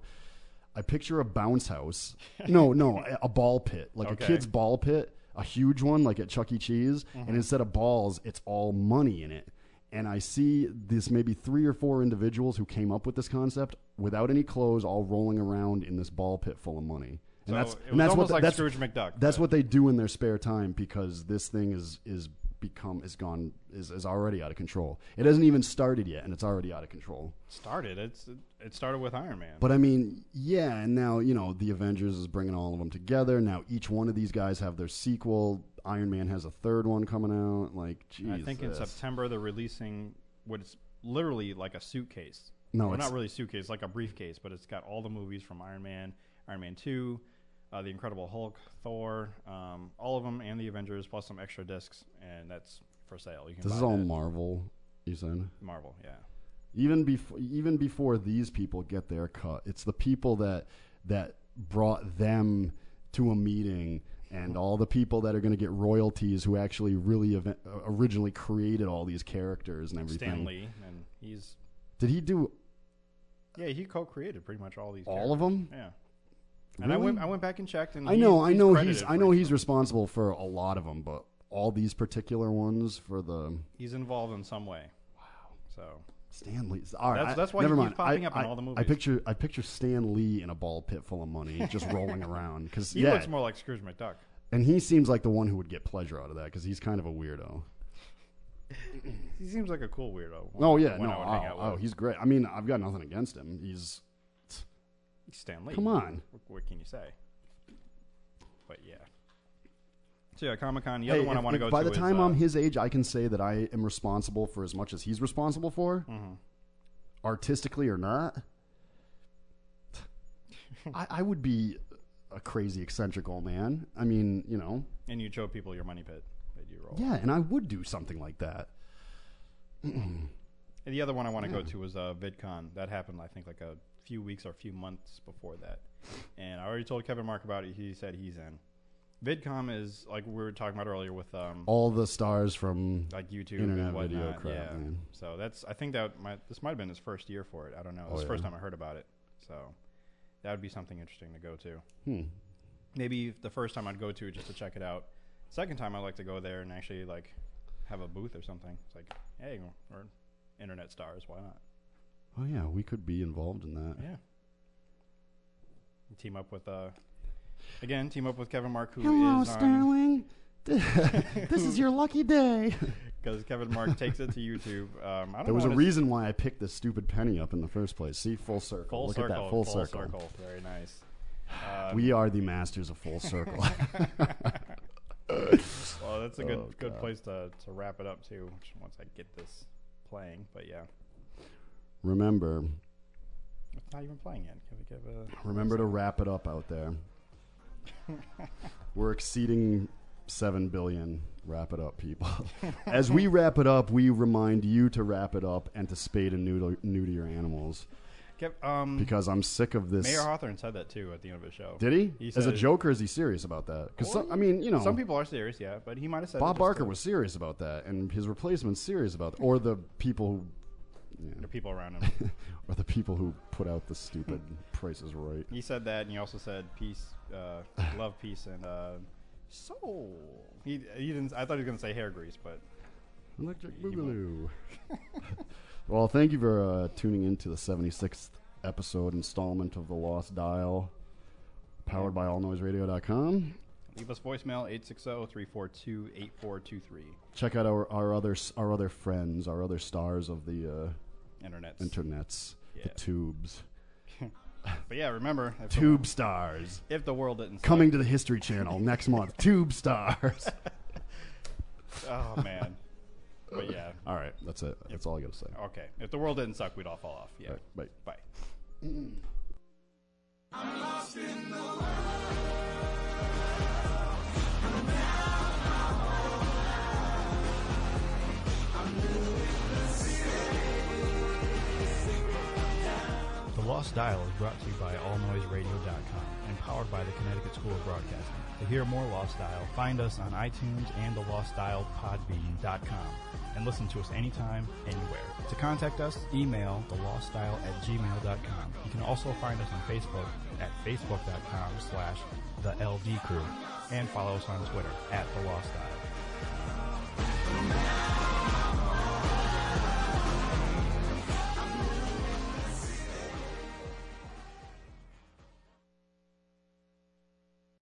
[SPEAKER 3] I picture a bounce house. No, no, a- a ball pit, like
[SPEAKER 4] Okay.
[SPEAKER 3] a kid's ball pit, a huge one, like at Chuck E. Cheese.
[SPEAKER 4] Mm-hmm.
[SPEAKER 3] And instead of balls, it's all money in it. And I see this maybe three or four individuals who came up with this concept without any clothes, all rolling around in this ball pit full of money. And
[SPEAKER 4] So
[SPEAKER 3] that's
[SPEAKER 4] it
[SPEAKER 3] and
[SPEAKER 4] was
[SPEAKER 3] that's what
[SPEAKER 4] almost
[SPEAKER 3] the-
[SPEAKER 4] like
[SPEAKER 3] that's,
[SPEAKER 4] Scrooge McDuck,
[SPEAKER 3] That's
[SPEAKER 4] but-
[SPEAKER 3] what they do in their spare time because this thing is is become is gone is, is already out of control. It hasn't even started yet, and it's already out of control.
[SPEAKER 4] started. It's it started with Iron Man.
[SPEAKER 3] But I mean, yeah, and now you know the Avengers is bringing all of them together. Now each one of these guys have their sequel. Iron Man has a third one coming out. Like,
[SPEAKER 4] And
[SPEAKER 3] Jesus.
[SPEAKER 4] I think in September they're releasing what's literally like a suitcase.
[SPEAKER 3] No,
[SPEAKER 4] well,
[SPEAKER 3] it's-
[SPEAKER 4] not really suitcase, like a briefcase, but it's got all the movies from Iron Man, Iron Man Two, uh, the Incredible Hulk, Thor, um, all of them, and the Avengers, plus some extra discs, and that's for sale. You can
[SPEAKER 3] this
[SPEAKER 4] buy
[SPEAKER 3] is all
[SPEAKER 4] that.
[SPEAKER 3] Marvel. You said
[SPEAKER 4] Marvel, yeah.
[SPEAKER 3] even before even before these people get their cut, it's the people that that brought them to a meeting. And all the people that are going to get royalties who actually really event- originally created all these characters and everything.
[SPEAKER 4] Stan Lee, and he's
[SPEAKER 3] Did he do
[SPEAKER 4] yeah, he co-created pretty much all these.
[SPEAKER 3] all of
[SPEAKER 4] characters.
[SPEAKER 3] them?
[SPEAKER 4] Yeah. And I
[SPEAKER 3] Really?
[SPEAKER 4] went. I went back and checked, and
[SPEAKER 3] I
[SPEAKER 4] he-
[SPEAKER 3] know, I know he's,
[SPEAKER 4] credited
[SPEAKER 3] I
[SPEAKER 4] for
[SPEAKER 3] know
[SPEAKER 4] each
[SPEAKER 3] he's
[SPEAKER 4] one.
[SPEAKER 3] responsible for a lot of them, but all these particular ones for the
[SPEAKER 4] he's involved in some way. Wow. So
[SPEAKER 3] Stan Lee. All right,
[SPEAKER 4] That's-
[SPEAKER 3] I-
[SPEAKER 4] that's why
[SPEAKER 3] never
[SPEAKER 4] he
[SPEAKER 3] mind.
[SPEAKER 4] keeps popping
[SPEAKER 3] I,
[SPEAKER 4] up in
[SPEAKER 3] I-
[SPEAKER 4] all the
[SPEAKER 3] I
[SPEAKER 4] movies.
[SPEAKER 3] picture, I picture Stan Lee in a ball pit full of money, just rolling around. Because
[SPEAKER 4] he
[SPEAKER 3] yeah,
[SPEAKER 4] looks more like Scrooge McDuck.
[SPEAKER 3] and he seems like the one who would get pleasure out of that because he's kind of a weirdo.
[SPEAKER 4] He seems like a cool weirdo.
[SPEAKER 3] Oh yeah,
[SPEAKER 4] One
[SPEAKER 3] no,
[SPEAKER 4] I would hang
[SPEAKER 3] oh,
[SPEAKER 4] out
[SPEAKER 3] oh,
[SPEAKER 4] with.
[SPEAKER 3] he's great. I mean, I've got nothing against him. He's
[SPEAKER 4] Stan Lee.
[SPEAKER 3] Come on.
[SPEAKER 4] What, what can you say? But yeah. So yeah, Comic Con. The other
[SPEAKER 3] Hey,
[SPEAKER 4] one I
[SPEAKER 3] if-
[SPEAKER 4] want to
[SPEAKER 3] if
[SPEAKER 4] go
[SPEAKER 3] By
[SPEAKER 4] to
[SPEAKER 3] the time
[SPEAKER 4] is, uh,
[SPEAKER 3] I'm his age, I can say that I am responsible for as much as he's responsible for,
[SPEAKER 4] Mm-hmm.
[SPEAKER 3] artistically or not. I, I would be a crazy eccentric old man. I mean, you know,
[SPEAKER 4] and you show people your money pit that you roll.
[SPEAKER 3] yeah, and I would do something like that.
[SPEAKER 4] And the other one I want to go to was uh, VidCon. That happened, I think, like a few weeks or a few months before that. And I already told Kevin Mark about it. He said he's in. VidCon is like we were talking about earlier with um,
[SPEAKER 3] All the stars from
[SPEAKER 4] like YouTube
[SPEAKER 3] Internet
[SPEAKER 4] and whatnot.
[SPEAKER 3] video crap,
[SPEAKER 4] yeah.
[SPEAKER 3] man.
[SPEAKER 4] So that's I think that might this might have been his first year for it. I don't know. It's
[SPEAKER 3] Oh,
[SPEAKER 4] the first
[SPEAKER 3] yeah.
[SPEAKER 4] time I heard about it. So that would be something interesting to go to.
[SPEAKER 3] hmm,
[SPEAKER 4] Maybe the first time I'd go to it just to check it out. Second time I'd like to go there and actually like have a booth or something. It's like, hey, we're internet stars, why not?
[SPEAKER 3] oh yeah, we could be involved in that.
[SPEAKER 4] Yeah. Team up with uh again, team up with Kevin Mark who is um,
[SPEAKER 3] Hello,
[SPEAKER 4] on-
[SPEAKER 3] Sterling. this is your lucky day.
[SPEAKER 4] because Kevin Mark takes it to YouTube. Um, I don't
[SPEAKER 3] There was
[SPEAKER 4] know
[SPEAKER 3] a
[SPEAKER 4] what it's-
[SPEAKER 3] reason why I picked this stupid penny up in the first place. See, full circle.
[SPEAKER 4] Full
[SPEAKER 3] Look
[SPEAKER 4] circle.
[SPEAKER 3] at that full,
[SPEAKER 4] full
[SPEAKER 3] circle.
[SPEAKER 4] circle. Very nice. Um,
[SPEAKER 3] We are the masters of full circle.
[SPEAKER 4] well, that's a good
[SPEAKER 3] Oh,
[SPEAKER 4] good
[SPEAKER 3] God.
[SPEAKER 4] place to, to wrap it up too. Which once I get this playing, but yeah,
[SPEAKER 3] remember,
[SPEAKER 4] it's not even playing yet. Can we give a
[SPEAKER 3] remember to wrap it up out there. We're exceeding 7 billion. Wrap it up, people. As we wrap it up, we remind you to wrap it up and to spade and neuter, neuter your animals
[SPEAKER 4] Kev, um,
[SPEAKER 3] because I'm sick of this.
[SPEAKER 4] Mayor Hawthorne said that too at the end of his show.
[SPEAKER 3] Did he?
[SPEAKER 4] He
[SPEAKER 3] As a
[SPEAKER 4] said-
[SPEAKER 3] joke, or is he serious about that? Because, I mean, you know.
[SPEAKER 4] Some people are serious, yeah, but he might have said it
[SPEAKER 3] Bob
[SPEAKER 4] just
[SPEAKER 3] Barker
[SPEAKER 4] to
[SPEAKER 3] was serious about that, and his replacement's serious about that, or the people,
[SPEAKER 4] the people around him.
[SPEAKER 3] who, or the people who put out the stupid prices right.
[SPEAKER 4] he said that, and he also said peace, uh, love, peace, and uh, soul. He he didn't. I thought he was gonna say hair grease, but
[SPEAKER 3] Electric
[SPEAKER 4] won't.
[SPEAKER 3] Boogaloo. well, thank you for uh, tuning in to the 76th episode installment of the Lost Dial, powered by AllNoiseRadio.com.
[SPEAKER 4] leave us voicemail oh, 860-342-8423.
[SPEAKER 3] Check out our, our other s- our other friends, our other stars of the uh,
[SPEAKER 4] Internet.
[SPEAKER 3] internets, the
[SPEAKER 4] Yeah.
[SPEAKER 3] tubes,
[SPEAKER 4] but yeah, remember if the-
[SPEAKER 3] tube stars.
[SPEAKER 4] if the world didn't suck-
[SPEAKER 3] Coming to the History Channel next month. Tube stars.
[SPEAKER 4] Oh man. but yeah.
[SPEAKER 3] All right, that's it. That's all I got to say.
[SPEAKER 4] Okay. If the world didn't suck, we'd all fall off. Oh, Yeah.
[SPEAKER 3] All right, bye.
[SPEAKER 4] Bye.
[SPEAKER 8] The Lost Dial is brought to you by AllNoiseRadio.com and powered by the Connecticut School of Broadcasting. To hear more Lost Dial, find us on iTunes and the Lost Dial Podbean.com and listen to us anytime, anywhere. To contact us, email thelostdial at gmail.com. You can also find us on Facebook at facebook.com slash the LD Crew and follow us on Twitter at the Lost Dial.